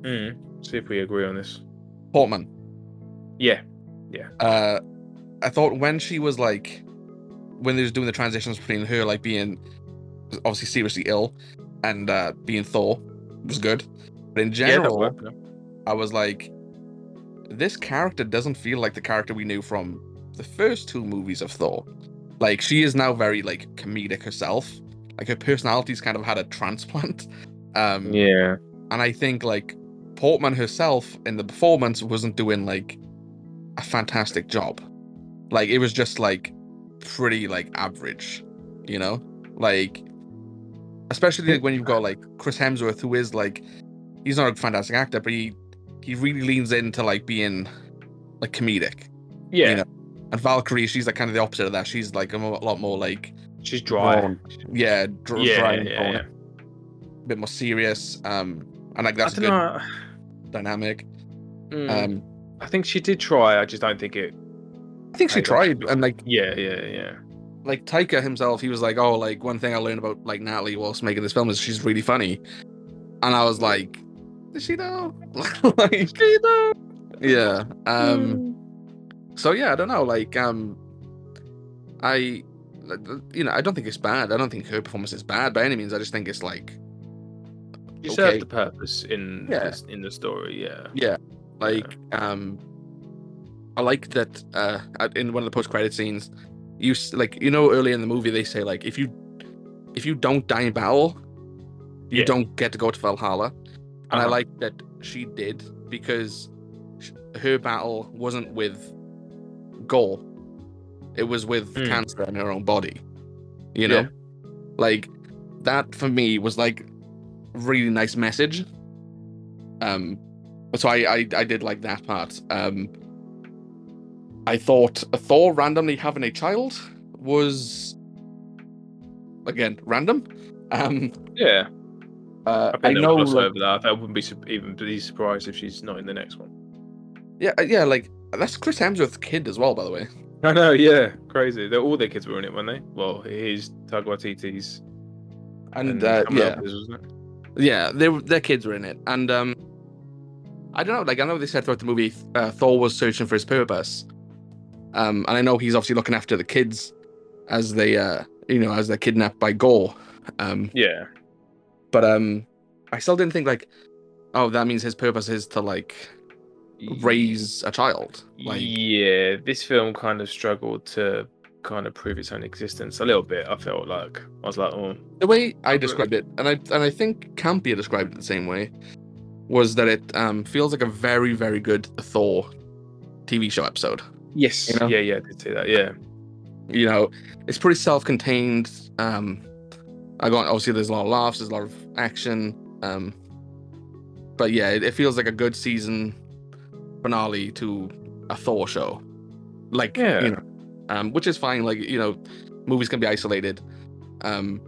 Speaker 3: Mm. See if we agree on this.
Speaker 4: Portman.
Speaker 3: Yeah,
Speaker 4: uh I thought when she was like when they was doing the transitions between her like being obviously seriously ill and uh being Thor was good. But in
Speaker 3: yeah, that
Speaker 4: general,
Speaker 3: worked, yeah.
Speaker 4: I was like this character doesn't feel like the character we knew from the first two movies of Thor. Like she is now very like comedic herself. Like her personality's kind of had a transplant. Um
Speaker 3: yeah,
Speaker 4: and I think like Portman herself in the performance wasn't doing like a fantastic job. Like it was just like pretty like average, you know? Like especially like, when you've got like Chris Hemsworth who is like he's not a fantastic actor, but he he really leans into like being like comedic.
Speaker 3: yeah.
Speaker 4: know, And Valkyrie, she's like kind of the opposite of that. She's like a mo- a lot more like
Speaker 3: She's dry.
Speaker 4: drawn. yeah, dr-
Speaker 3: yeah,
Speaker 4: dry
Speaker 3: yeah,
Speaker 4: and
Speaker 3: yeah.
Speaker 4: a bit more serious. Um, and like
Speaker 3: I
Speaker 4: that's a
Speaker 3: don't
Speaker 4: good
Speaker 3: know.
Speaker 4: dynamic.
Speaker 3: Mm,
Speaker 4: Um,
Speaker 3: I think she did try. I just don't think it.
Speaker 4: I think she
Speaker 3: Like,
Speaker 4: tried, and like
Speaker 3: Yeah, yeah, yeah.
Speaker 4: like Taika himself, he was like, "Oh, like one thing I learned about like Natalie whilst making this film is she's really funny," and I was like, "Is she though?" like, she though? Yeah. Um. So yeah, I don't know. Like, um, I, you know, I don't think it's bad. I don't think her performance is bad by any means. I just think it's like,
Speaker 3: She
Speaker 4: Okay.
Speaker 3: served the purpose in
Speaker 4: Yeah.
Speaker 3: this, in the story. Yeah,
Speaker 4: like, um, I like that uh, at- in one of the post-credit scenes, you s- like you know earlier in the movie they say like if you if you don't die in battle, you
Speaker 3: Yeah.
Speaker 4: don't get to go to Valhalla, and I
Speaker 3: Uh-huh.
Speaker 4: like that she did because sh- her battle wasn't with Gore, it was with
Speaker 3: Hmm.
Speaker 4: cancer in her own body. You know,
Speaker 3: Yeah.
Speaker 4: like that for me was like really nice message. Um, so I, I I did like that part. Um, I thought Thor randomly having a child was again random. Um,
Speaker 3: Yeah,
Speaker 4: uh,
Speaker 3: I,
Speaker 4: I
Speaker 3: think
Speaker 4: know,
Speaker 3: they'll gloss
Speaker 4: like-
Speaker 3: over that. I wouldn't be su- even be surprised if she's not in the next one.
Speaker 4: yeah, uh, yeah, like that's Chris Hemsworth's kid as well, by the way.
Speaker 3: I know. Yeah, crazy. They're, all their kids were in it, weren't they? Well, his Taika Waititi's
Speaker 4: And, uh,
Speaker 3: someone
Speaker 4: yeah,
Speaker 3: else's, wasn't it?
Speaker 4: yeah, their their kids were in it, and um, I don't know, like I know they said throughout the movie, uh, Thor was searching for his purpose, um, and I know he's obviously looking after the kids as they, uh, you know, as they're kidnapped by Gore, um,
Speaker 3: Yeah,
Speaker 4: but um, I still didn't think like, oh, that means his purpose is to like raise a child, like
Speaker 3: yeah, this film kind of struggled to kind of prove its own existence a little bit. I felt like I was like, oh,
Speaker 4: the way I
Speaker 3: Okay.
Speaker 4: described it, and I and I think Campia described it the same way, was that it um, feels like a very very good Thor TV show episode.
Speaker 3: yes,
Speaker 4: You know?
Speaker 3: yeah, yeah, I did see that. Yeah,
Speaker 4: You know, it's pretty self-contained. Um, I got obviously there's a lot of laughs, there's a lot of action, um, but yeah, it, it feels like a good season finale to a Thor show. Like
Speaker 3: Yeah.
Speaker 4: you know, um, which is fine. Like you know, movies can be isolated. Um,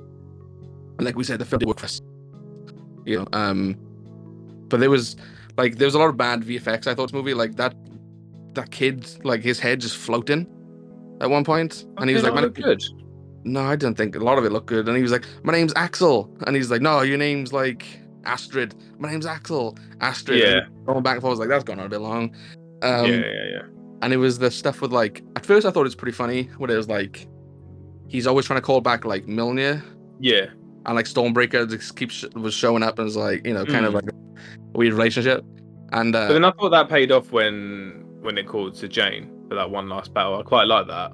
Speaker 4: and like we said, the film did work for us. You know, um, but there was like there was a lot of bad VFX. I thought this movie like that that kid like his head just floating at one point, and he was
Speaker 3: They
Speaker 4: like,
Speaker 3: don't
Speaker 4: "Man,
Speaker 3: look good.
Speaker 4: no, I didn't think a lot of it looked good. And he was like, My name's Axel. And he's like, No, your name's like Astrid. My name's Axel. Astrid.
Speaker 3: Yeah.
Speaker 4: And going back and forth, I was like, That's gone on a bit long. Um,
Speaker 3: yeah, yeah, yeah.
Speaker 4: And it was the stuff with like, at first I thought it was pretty funny when it was like, he's always trying to call back like Milner
Speaker 3: Yeah,
Speaker 4: and like Stormbreaker just keeps was showing up and was like, you know, kind of
Speaker 3: Mm.
Speaker 4: like a weird relationship. And
Speaker 3: but
Speaker 4: uh,
Speaker 3: then I thought that paid off when when it called to Jane for that one last battle. I quite like that.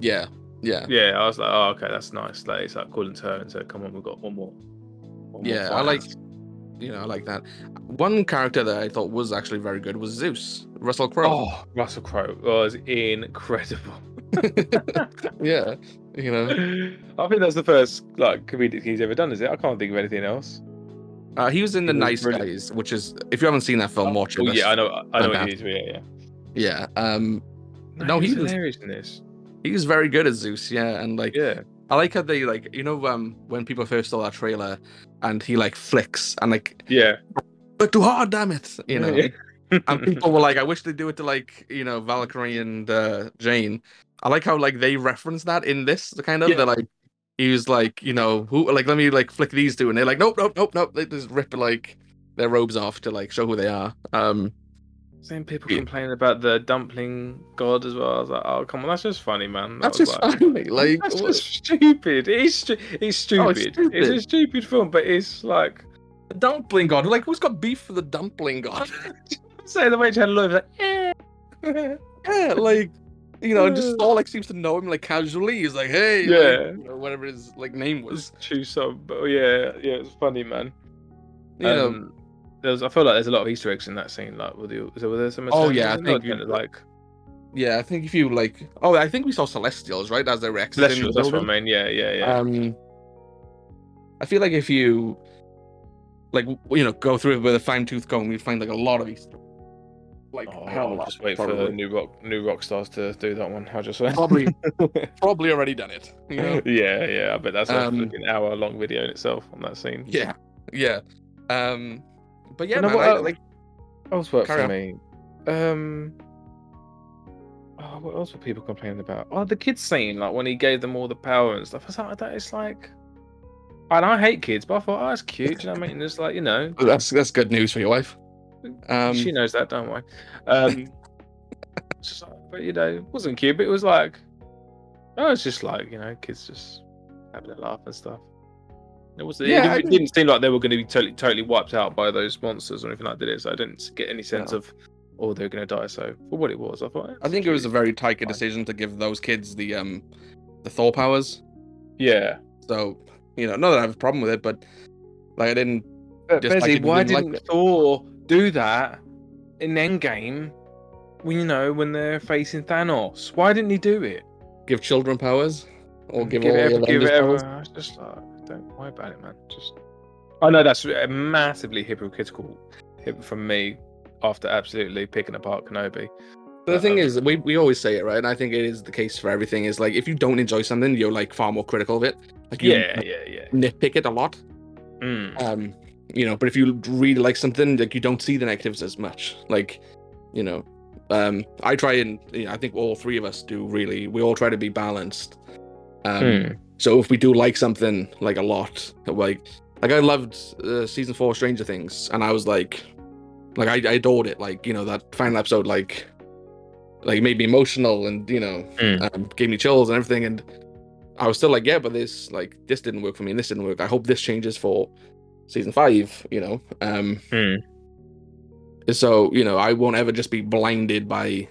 Speaker 4: yeah, yeah.
Speaker 3: Yeah, I was like, oh, okay, that's nice. Like it's like calling to her and said, come on, we've got one more. one more
Speaker 4: Yeah, I
Speaker 3: fight.
Speaker 4: like- You know, I like that. One character that I thought was actually very good was Zeus, Russell Crowe.
Speaker 3: Oh, Russell Crowe was incredible. Oh.
Speaker 4: Yeah, you know.
Speaker 3: I think that's the first like comedic he's ever done, is it? I can't think of anything else.
Speaker 4: Uh, he was in the
Speaker 3: He was
Speaker 4: Nice
Speaker 3: brilliant.
Speaker 4: Guys, which is if you haven't seen that film, watch it.
Speaker 3: Oh
Speaker 4: That's-
Speaker 3: yeah, I know, I know
Speaker 4: my
Speaker 3: what
Speaker 4: bad.
Speaker 3: it is. Yeah, yeah.
Speaker 4: yeah. Um, No, he
Speaker 3: he's
Speaker 4: was-
Speaker 3: hilarious in this.
Speaker 4: he was very good as Zeus. Yeah, and like
Speaker 3: Yeah,
Speaker 4: I like how they like you know um when people first saw that trailer, and he like flicks and like
Speaker 3: yeah.
Speaker 4: but too hard, damn it, you know. and
Speaker 3: Yeah.
Speaker 4: people were like, I wish they would do it to like you know Valkyrie and uh, Jane. I like how like they reference that in this kind of
Speaker 3: Yeah.
Speaker 4: they're like he was like you know who like let me like flick these two and they're like nope nope nope nope they just rip like their robes off to like show who they are. Um,
Speaker 3: Same people
Speaker 4: Yeah.
Speaker 3: complaining about the dumpling god as well. I was like, oh come on, that's just funny, man. That
Speaker 4: that's
Speaker 3: was
Speaker 4: just
Speaker 3: like-
Speaker 4: funny. Like
Speaker 3: That's
Speaker 4: what-
Speaker 3: just stupid. It's stu- it's stupid.
Speaker 4: Oh, it's
Speaker 3: it's
Speaker 4: stupid.
Speaker 3: a stupid film, but it's like
Speaker 4: The dumpling god. Like, who's got beef for the dumpling god?
Speaker 3: say the way Channel Love like, eh. yeah,
Speaker 4: yeah, like, you know, just Saul like seems to know him like casually. He's like, hey, like,
Speaker 3: Yeah.
Speaker 4: you know, whatever his like name was.
Speaker 3: just choose some. But oh, yeah, yeah, it's funny, man.
Speaker 4: You know,
Speaker 3: Um, there's, I feel like there's a lot of Easter eggs in that scene. Like, with the, so were there some?
Speaker 4: Oh, yeah, I
Speaker 3: Italians in it?
Speaker 4: think
Speaker 3: Or
Speaker 4: you-
Speaker 3: like
Speaker 4: yeah, I think if you like, oh, I think we saw Celestials right as they were exiting.
Speaker 3: celestials.
Speaker 4: the
Speaker 3: That's what I
Speaker 4: building.
Speaker 3: mean. Yeah, yeah, yeah.
Speaker 4: Um, I feel like if you like, w- you know, go through it with a fine tooth comb, you'd find like a lot of Easter. Like,
Speaker 3: oh,
Speaker 4: a hell of a
Speaker 3: I'll
Speaker 4: lot,
Speaker 3: just wait for the
Speaker 4: probably.
Speaker 3: new rock new rock stars to do that one. I just went.
Speaker 4: probably, probably already done it. You know?
Speaker 3: yeah, yeah. I bet that's like
Speaker 4: Um,
Speaker 3: an hour long video in itself on that scene.
Speaker 4: Yeah, yeah. Um, but yeah,
Speaker 3: No,
Speaker 4: man,
Speaker 3: what uh,
Speaker 4: I,
Speaker 3: el-
Speaker 4: like
Speaker 3: What else worked
Speaker 4: Carry
Speaker 3: for
Speaker 4: on.
Speaker 3: me? Um, oh, what else were people complaining about? Oh, the kids scene, like when he gave them all the power and stuff. I was like, that is like, and I hate kids, but I thought, oh, that's cute. do you know what I mean? It's like, you know,
Speaker 4: that's that's good news for your wife. Um,
Speaker 3: she knows that, don't worry. Um, it's just like- but you know, it wasn't cute, but it was like, oh, it's just like, you know, kids just having a laugh and stuff. It, was,
Speaker 4: Yeah, I
Speaker 3: it, didn't,
Speaker 4: didn't-
Speaker 3: it didn't seem like they were going to be totally, totally wiped out by those monsters or anything like that, did it? So I didn't get any sense
Speaker 4: No.
Speaker 3: of or they were going to die. So for what it was, I thought. eh,
Speaker 4: I think it was a very Taika decision to give those kids the um the Thor powers.
Speaker 3: yeah.
Speaker 4: So you know, not that I have a problem with it, but like I didn't.
Speaker 3: But
Speaker 4: Just like
Speaker 3: Bezzy,
Speaker 4: if you
Speaker 3: why
Speaker 4: didn't like
Speaker 3: didn't
Speaker 4: it.
Speaker 3: Thor do that in Endgame? When you know when they're facing Thanos, why didn't he do it?
Speaker 4: give children powers or give,
Speaker 3: give
Speaker 4: all
Speaker 3: it,
Speaker 4: the
Speaker 3: ever, give
Speaker 4: Avengers
Speaker 3: it ever.
Speaker 4: powers?
Speaker 3: I was just like, don't worry about it, man. Just, I know that's uh, massively hypocritical hip- from me after absolutely picking apart Kenobi.
Speaker 4: But the thing
Speaker 3: Um,
Speaker 4: is, we, we always say it, right? And I think it is the case for everything. Is like if you don't enjoy something, you're like far more critical of it. Like you
Speaker 3: Yeah, yeah, yeah.
Speaker 4: nitpick it a lot.
Speaker 3: Mm.
Speaker 4: Um, you know, but if you really like something, like you don't see the negatives as much. Like, you know, um, I try and you know, I think all three of us do really. We all try to be balanced. Um,
Speaker 3: Mm.
Speaker 4: So if we do like something like a lot, like like I loved uh, season four of Stranger Things, and I was like, like I, I adored it. Like you know that final episode, like like it made me emotional, and you know
Speaker 3: Mm.
Speaker 4: um, gave me chills and everything. And I was still like, yeah, but this like this didn't work for me, and this didn't work. I hope this changes for season five. You know, um,
Speaker 3: Mm.
Speaker 4: so you know I won't ever just be blinded by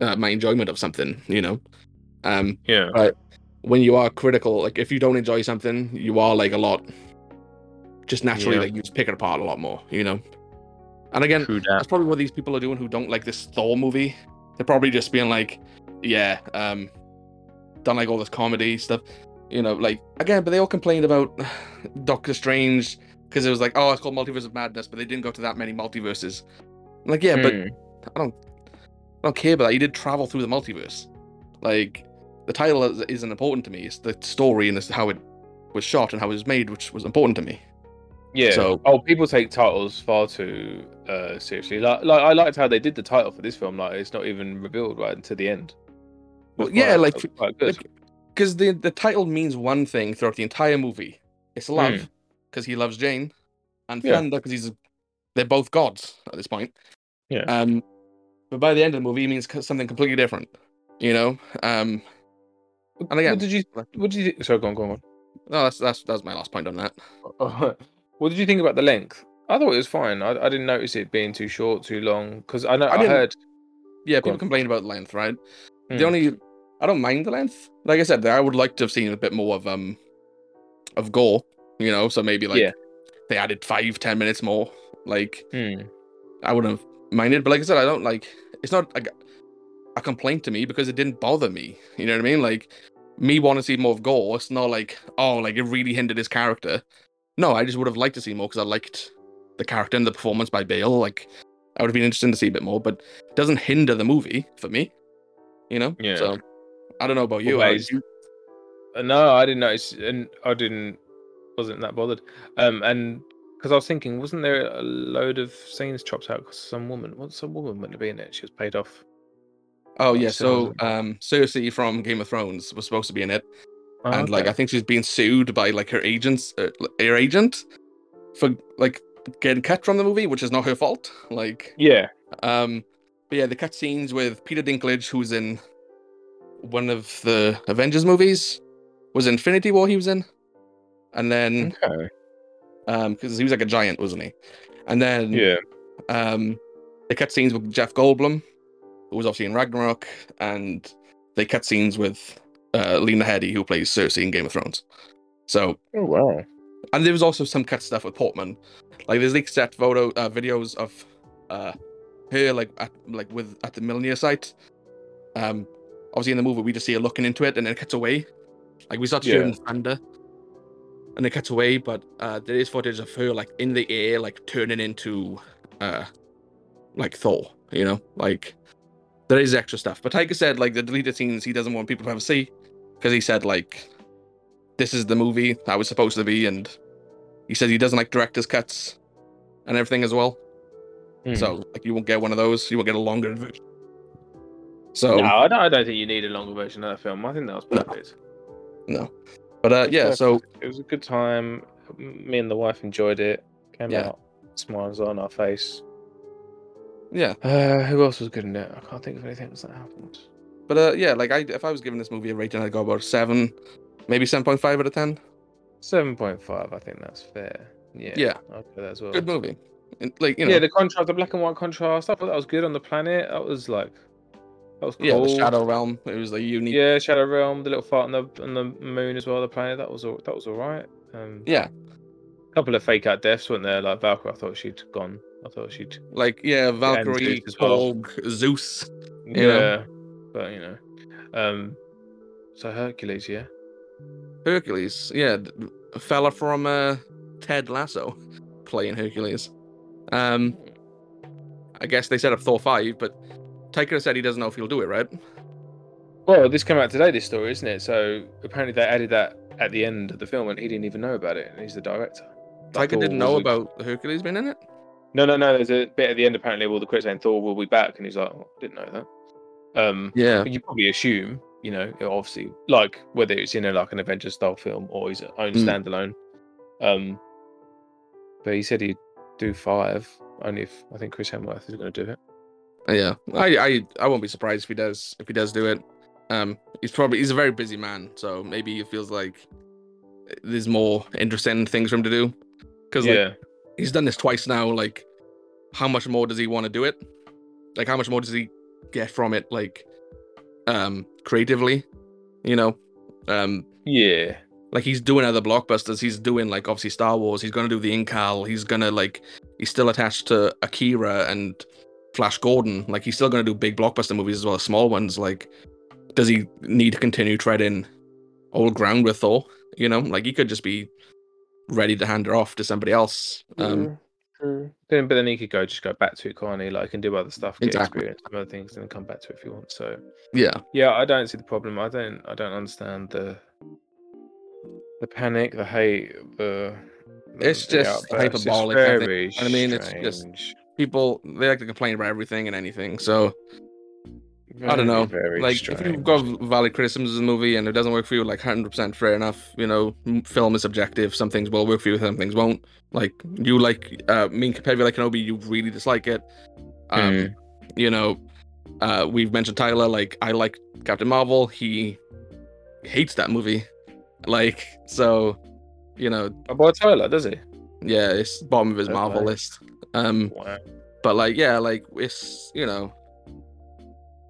Speaker 4: uh, my enjoyment of something. You know, um,
Speaker 3: Yeah.
Speaker 4: when you are critical, like if you don't enjoy something, you are like a lot. Just naturally,
Speaker 3: Yeah.
Speaker 4: like you just pick it apart a lot more, you know. And again,
Speaker 3: True
Speaker 4: that's
Speaker 3: that.
Speaker 4: probably what these people are doing who don't like this Thor movie. They're probably just being like, yeah, um, done like all this comedy stuff, you know. Like again, but they all complained about Doctor Strange because it was like, oh, it's called Multiverse of Madness, but they didn't go to that many multiverses. I'm like, yeah, but
Speaker 3: Mm.
Speaker 4: I don't, I don't care about that. You did travel through the multiverse. Like, the title is- isn't important to me. It's the story and it's how it was shot and how it was made, which was important to me.
Speaker 3: Yeah.
Speaker 4: So-
Speaker 3: oh, people take titles far too uh, seriously. Like, like I liked how they did the title for this film. Like, it's not even revealed right until the end.
Speaker 4: Well,
Speaker 3: That's
Speaker 4: yeah,
Speaker 3: quite-
Speaker 4: like-
Speaker 3: that's quite good.
Speaker 4: Because the the title means one thing throughout the entire movie. It's love because he loves Jane, and
Speaker 3: Hmm. Yeah.
Speaker 4: thunder because he's they're both gods at this point.
Speaker 3: Yeah.
Speaker 4: Um, but by the end of the movie, it means co- something completely different. You know. Um, and again,
Speaker 3: what did you? What did you? Sorry, go on, go on. Go on.
Speaker 4: no, that's that's that's my last point on that.
Speaker 3: Alright. what did you think about the length? I thought it was fine. I, I didn't notice it being too short, too long. Because I know
Speaker 4: I
Speaker 3: I,
Speaker 4: didn't-
Speaker 3: heard.
Speaker 4: Yeah,
Speaker 3: Go
Speaker 4: people
Speaker 3: on.
Speaker 4: complain about length, right?
Speaker 3: Mm.
Speaker 4: The only I don't mind the length. Like I said, I would like to have seen a bit more of um of gore. You know, so maybe like
Speaker 3: Yeah.
Speaker 4: they added five, ten minutes more. Like
Speaker 3: Mm.
Speaker 4: I wouldn't have minded. But like I said, I don't like. It's not like a complaint to me because it didn't bother me. You know what I mean? Like me want to see more of Gore. It's not like oh, like it really hindered his character. No, I just would have liked to see more because I liked the character and the performance by Bale. Like I would have been interested to see a bit more, but it doesn't hinder the movie for me. You know?
Speaker 3: Yeah.
Speaker 4: So I don't know about you.
Speaker 3: Always.
Speaker 4: I, you-
Speaker 3: Uh, No, I didn't notice, and I didn't. Wasn't that bothered? Um, and because I was thinking, wasn't there a load of scenes chopped out? Because some woman, what's some woman meant to be in it? She was paid off.
Speaker 4: oh
Speaker 3: I
Speaker 4: yeah.
Speaker 3: just said I
Speaker 4: So
Speaker 3: wasn't-
Speaker 4: um, Cersei from Game of Thrones was supposed to be in it.
Speaker 3: Oh,
Speaker 4: and like
Speaker 3: okay.
Speaker 4: I think she's being sued by like her agents, uh, her agent, for like getting cut from the movie, which is not her fault. Like,
Speaker 3: yeah,
Speaker 4: um, but yeah, the cut scenes with Peter Dinklage, who's in one of the Avengers movies, was Infinity War. He was in, and then
Speaker 3: okay,
Speaker 4: um, because he was like a giant, wasn't he? And then
Speaker 3: Hmm? yeah,
Speaker 4: um, they cut scenes with Jeff Goldblum, who was obviously in Ragnarok, and they cut scenes with uh, Lena Headey, who plays Cersei in Game of Thrones. So,
Speaker 3: oh wow,
Speaker 4: and there was also some cut stuff with Portman, like there's leaked set photo uh, videos of uh, her like at, like with at the Millennia site. Um, obviously in the movie we just see her looking into it, and then it cuts away. Like we start
Speaker 3: Yeah.
Speaker 4: shooting thunder, and it cuts away, but uh, there is footage of her like in the air, like turning into uh, like Thor, you know, like there is extra stuff. But Tiger said like the deleted scenes he doesn't want people to ever see because he said like this is the movie I was supposed to be, and he said he doesn't like director's cuts and everything as well.
Speaker 3: Hmm.
Speaker 4: So like you won't get one of those, you won't get a longer version. So
Speaker 3: no, I don't, I don't think you need a longer version of that film. I think that was
Speaker 4: No.
Speaker 3: perfect.
Speaker 4: no, but uh, yeah, so
Speaker 3: it was a good time. M- Me and the wife enjoyed it. Came
Speaker 4: Yeah.
Speaker 3: out, smiles on our face.
Speaker 4: yeah,
Speaker 3: Uh, who else was good in it? I can't think of anything else that happened.
Speaker 4: but uh, yeah, like I if I was giving this movie a rating, I'd go about seven, maybe seven point five out of ten.
Speaker 3: Seven point five, I think that's fair. Yeah,
Speaker 4: Yeah.
Speaker 3: I'd go that as well.
Speaker 4: Good movie. And, like you know,
Speaker 3: yeah, the contrast, the black and white contrast. I thought that was good on the planet. That was like, that was cool.
Speaker 4: yeah, the Shadow Realm. It was like unique.
Speaker 3: Yeah, Shadow Realm, the little fart on the on the moon as well. The planet that was all that was all right. Um,
Speaker 4: Yeah.
Speaker 3: a couple of fake out deaths weren't there. Like Valkyrie, I thought she'd gone. I thought she'd.
Speaker 4: Like yeah, Valkyrie,
Speaker 3: Zeus as well.
Speaker 4: Korg, Zeus.
Speaker 3: Yeah,
Speaker 4: You know.
Speaker 3: but you know, um, so Hercules, yeah,
Speaker 4: Hercules, yeah, th- a fella from uh, Ted Lasso playing Hercules. Um, I guess they set up Thor five, but Taika said he doesn't know if he'll do it, right?
Speaker 3: Well, this came out today, this story, isn't it? So apparently they added that at the end of the film, and he didn't even know about it. And he's the director. Like,
Speaker 4: Taika
Speaker 3: Thor
Speaker 4: didn't know
Speaker 3: was a-
Speaker 4: about Hercules being in it.
Speaker 3: No, no, no. There's a bit at the end apparently of all the critics saying Thor will be back, and he's like, oh, I didn't know that. Um,
Speaker 4: Yeah,
Speaker 3: you probably assume, you know, it obviously, like whether it's in a, like an Avengers style film or his own
Speaker 4: Mm.
Speaker 3: standalone. Um, but he said he'd do five only if I think Chris Hemsworth is going to do it.
Speaker 4: yeah. I, I, I won't be surprised if he does. If he does do it, um, he's probably he's a very busy man, so maybe he feels like there's more interesting things for him to do. Because like,
Speaker 3: yeah,
Speaker 4: he's done this twice now. Like, how much more does he want to do it? Like, how much more does he get from it? Like, um, creatively, you know, um,
Speaker 3: yeah,
Speaker 4: like he's doing other blockbusters. He's doing like obviously Star Wars. He's gonna do the Incal. He's gonna like he's still attached to Akira and Flash Gordon. Like he's still gonna do big blockbuster movies as well as small ones. Like, does he need to continue treading old ground with Thor? You know, like he could just be ready to hand her off to somebody else. Um,
Speaker 3: Then, but then he could go just go back to it, can't he? Like, he can do other stuff, get
Speaker 4: Exactly.
Speaker 3: experience from other things, and then come back to it if you want. So,
Speaker 4: yeah.
Speaker 3: yeah, I don't see the problem. I don't, I don't understand the the panic, the hate, the. the-
Speaker 4: It's
Speaker 3: the
Speaker 4: just
Speaker 3: outbursts. It's
Speaker 4: hyperbolic, I think.
Speaker 3: very
Speaker 4: I mean, it's just-
Speaker 3: strange.
Speaker 4: people they like to complain about everything and anything. So I
Speaker 3: Very,
Speaker 4: don't know,
Speaker 3: very
Speaker 4: like if
Speaker 3: strange.
Speaker 4: you've got valid criticisms of the movie and it doesn't work for you, like hundred percent fair enough. You know, m- film is subjective. Some things will work for you, some things won't. Like you like uh, mean compared to like Kenobi, you really dislike it. Um,
Speaker 3: Mm.
Speaker 4: You know, uh, we've mentioned Tyler. Like I like Captain Marvel. He hates that movie. Like so, you know,
Speaker 3: Oh, by Tyler, does he?
Speaker 4: yeah, it's bottom of his
Speaker 3: Fair
Speaker 4: Marvel
Speaker 3: play.
Speaker 4: list. Um,
Speaker 3: Wow.
Speaker 4: but like yeah like it's you know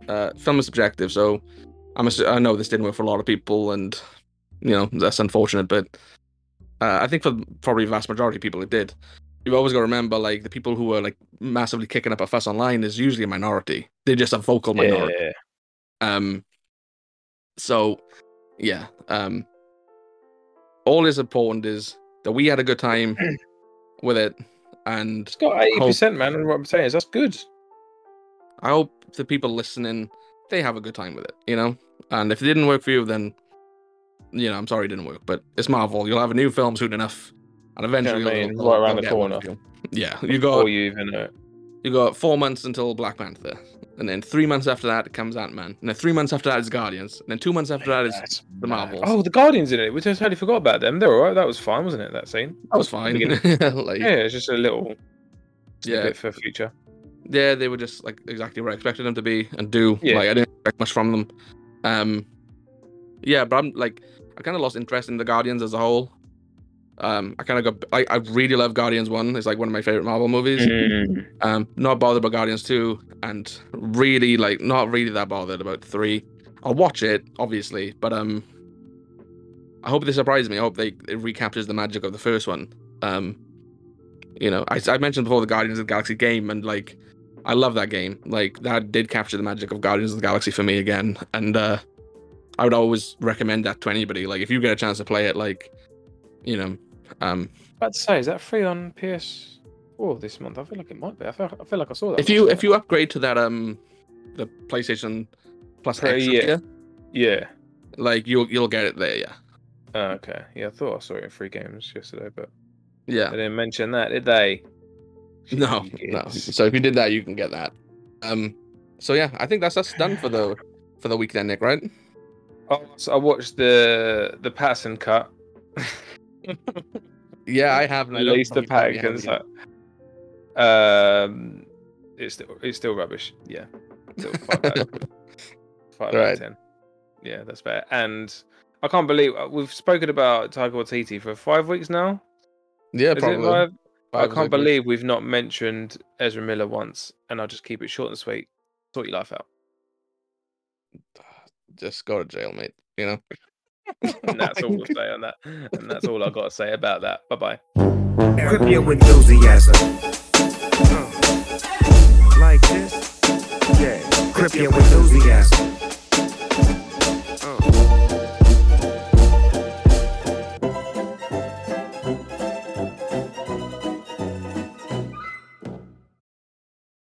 Speaker 4: uh film is subjective so i'm assu- i know this didn't work for a lot of people and you know that's unfortunate but uh, i think for probably the vast majority of people it did you always got to remember like the people who are like massively kicking up a fuss online is usually a minority they're just a vocal minority
Speaker 3: Yeah.
Speaker 4: um, so yeah, um, all is important is that we had a good time with it, and
Speaker 3: It's got eighty percent, man. And what I'm saying is that's good.
Speaker 4: I hope the people listening they have a good time with it, you know. And if it didn't work for you, then you know I'm sorry it didn't work, but it's Marvel. You'll have a new film soon enough, and eventually
Speaker 3: what I
Speaker 4: you'll-
Speaker 3: mean?
Speaker 4: you'll-
Speaker 3: Right around
Speaker 4: you'll
Speaker 3: the
Speaker 4: get one
Speaker 3: corner.
Speaker 4: if you- Yeah, you got
Speaker 3: Or you even uh, know. it.
Speaker 4: you got four months until Black Panther, and then three months after that it comes Ant Man, and then three months after that is Guardians, and then two months after that is
Speaker 3: That's
Speaker 4: the
Speaker 3: mad.
Speaker 4: Marvels.
Speaker 3: Oh, the Guardians in it. We just totally forgot about them. They're all right. That was fine, wasn't it? That scene.
Speaker 4: That was fine.
Speaker 3: Beginning.
Speaker 4: like,
Speaker 3: Yeah, it's just a little yeah.
Speaker 4: yeah,
Speaker 3: bit for future.
Speaker 4: yeah, they were just like exactly where I expected them to be and do.
Speaker 3: Yeah.
Speaker 4: Like I didn't expect much from them. Um, yeah, but I'm like, I kind of lost interest in the Guardians as a whole. Um, I kind of got, I, I really love Guardians One. It's like one of my favorite Marvel movies. Um, not bothered about Guardians Two, and really like not really that bothered about Three. I'll watch it obviously, but um, I hope they surprise me. I hope they it recaptures the magic of the first one. Um, you know, I, I mentioned before the Guardians of the Galaxy game, and like I love that game. Like that did capture the magic of Guardians of the Galaxy for me again, and uh, I would always recommend that to anybody. Like if you get a chance to play it, like you know, um,
Speaker 3: About to say, is that free on PS? Oh, this month. I feel like it might be. I feel, I feel like I saw that.
Speaker 4: if you
Speaker 3: last
Speaker 4: if you upgrade to that um the PlayStation Plus
Speaker 3: Per
Speaker 4: extra
Speaker 3: year.
Speaker 4: tier,
Speaker 3: night. yeah.
Speaker 4: like you'll you'll get it there. Yeah,
Speaker 3: Oh, okay. Yeah, I thought I saw it in free games yesterday, but
Speaker 4: yeah.
Speaker 3: they didn't mention that, did they?
Speaker 4: No, no.
Speaker 3: Jeez.
Speaker 4: So if you did that, you can get that. Um. So yeah, I think that's us done for the for the week then, Nick. Right?
Speaker 3: Oh, so I watched the the Patterson cut.
Speaker 4: Yeah, I have. and I
Speaker 3: At
Speaker 4: don't
Speaker 3: least the
Speaker 4: think I have
Speaker 3: Patterson
Speaker 4: yet.
Speaker 3: cut. Um, it's still it's still rubbish. Yeah, still five out of five out
Speaker 4: Right.
Speaker 3: of ten. Yeah, that's fair. And I uh, can't believe we've spoken about Tiger Watiti for five weeks now.
Speaker 4: Yeah,
Speaker 3: Is it
Speaker 4: probably.
Speaker 3: live? I can't believe we've not mentioned Ezra Miller once, and I'll just keep it short and sweet. Sort your life out.
Speaker 4: Just go to jail, mate. You know.
Speaker 3: And that's all we'll say on that. And that's all I've got to say about that. Bye bye.
Speaker 5: Equip your enthusiasm. Hmm. Like this? Yeah. Equip your enthusiasm.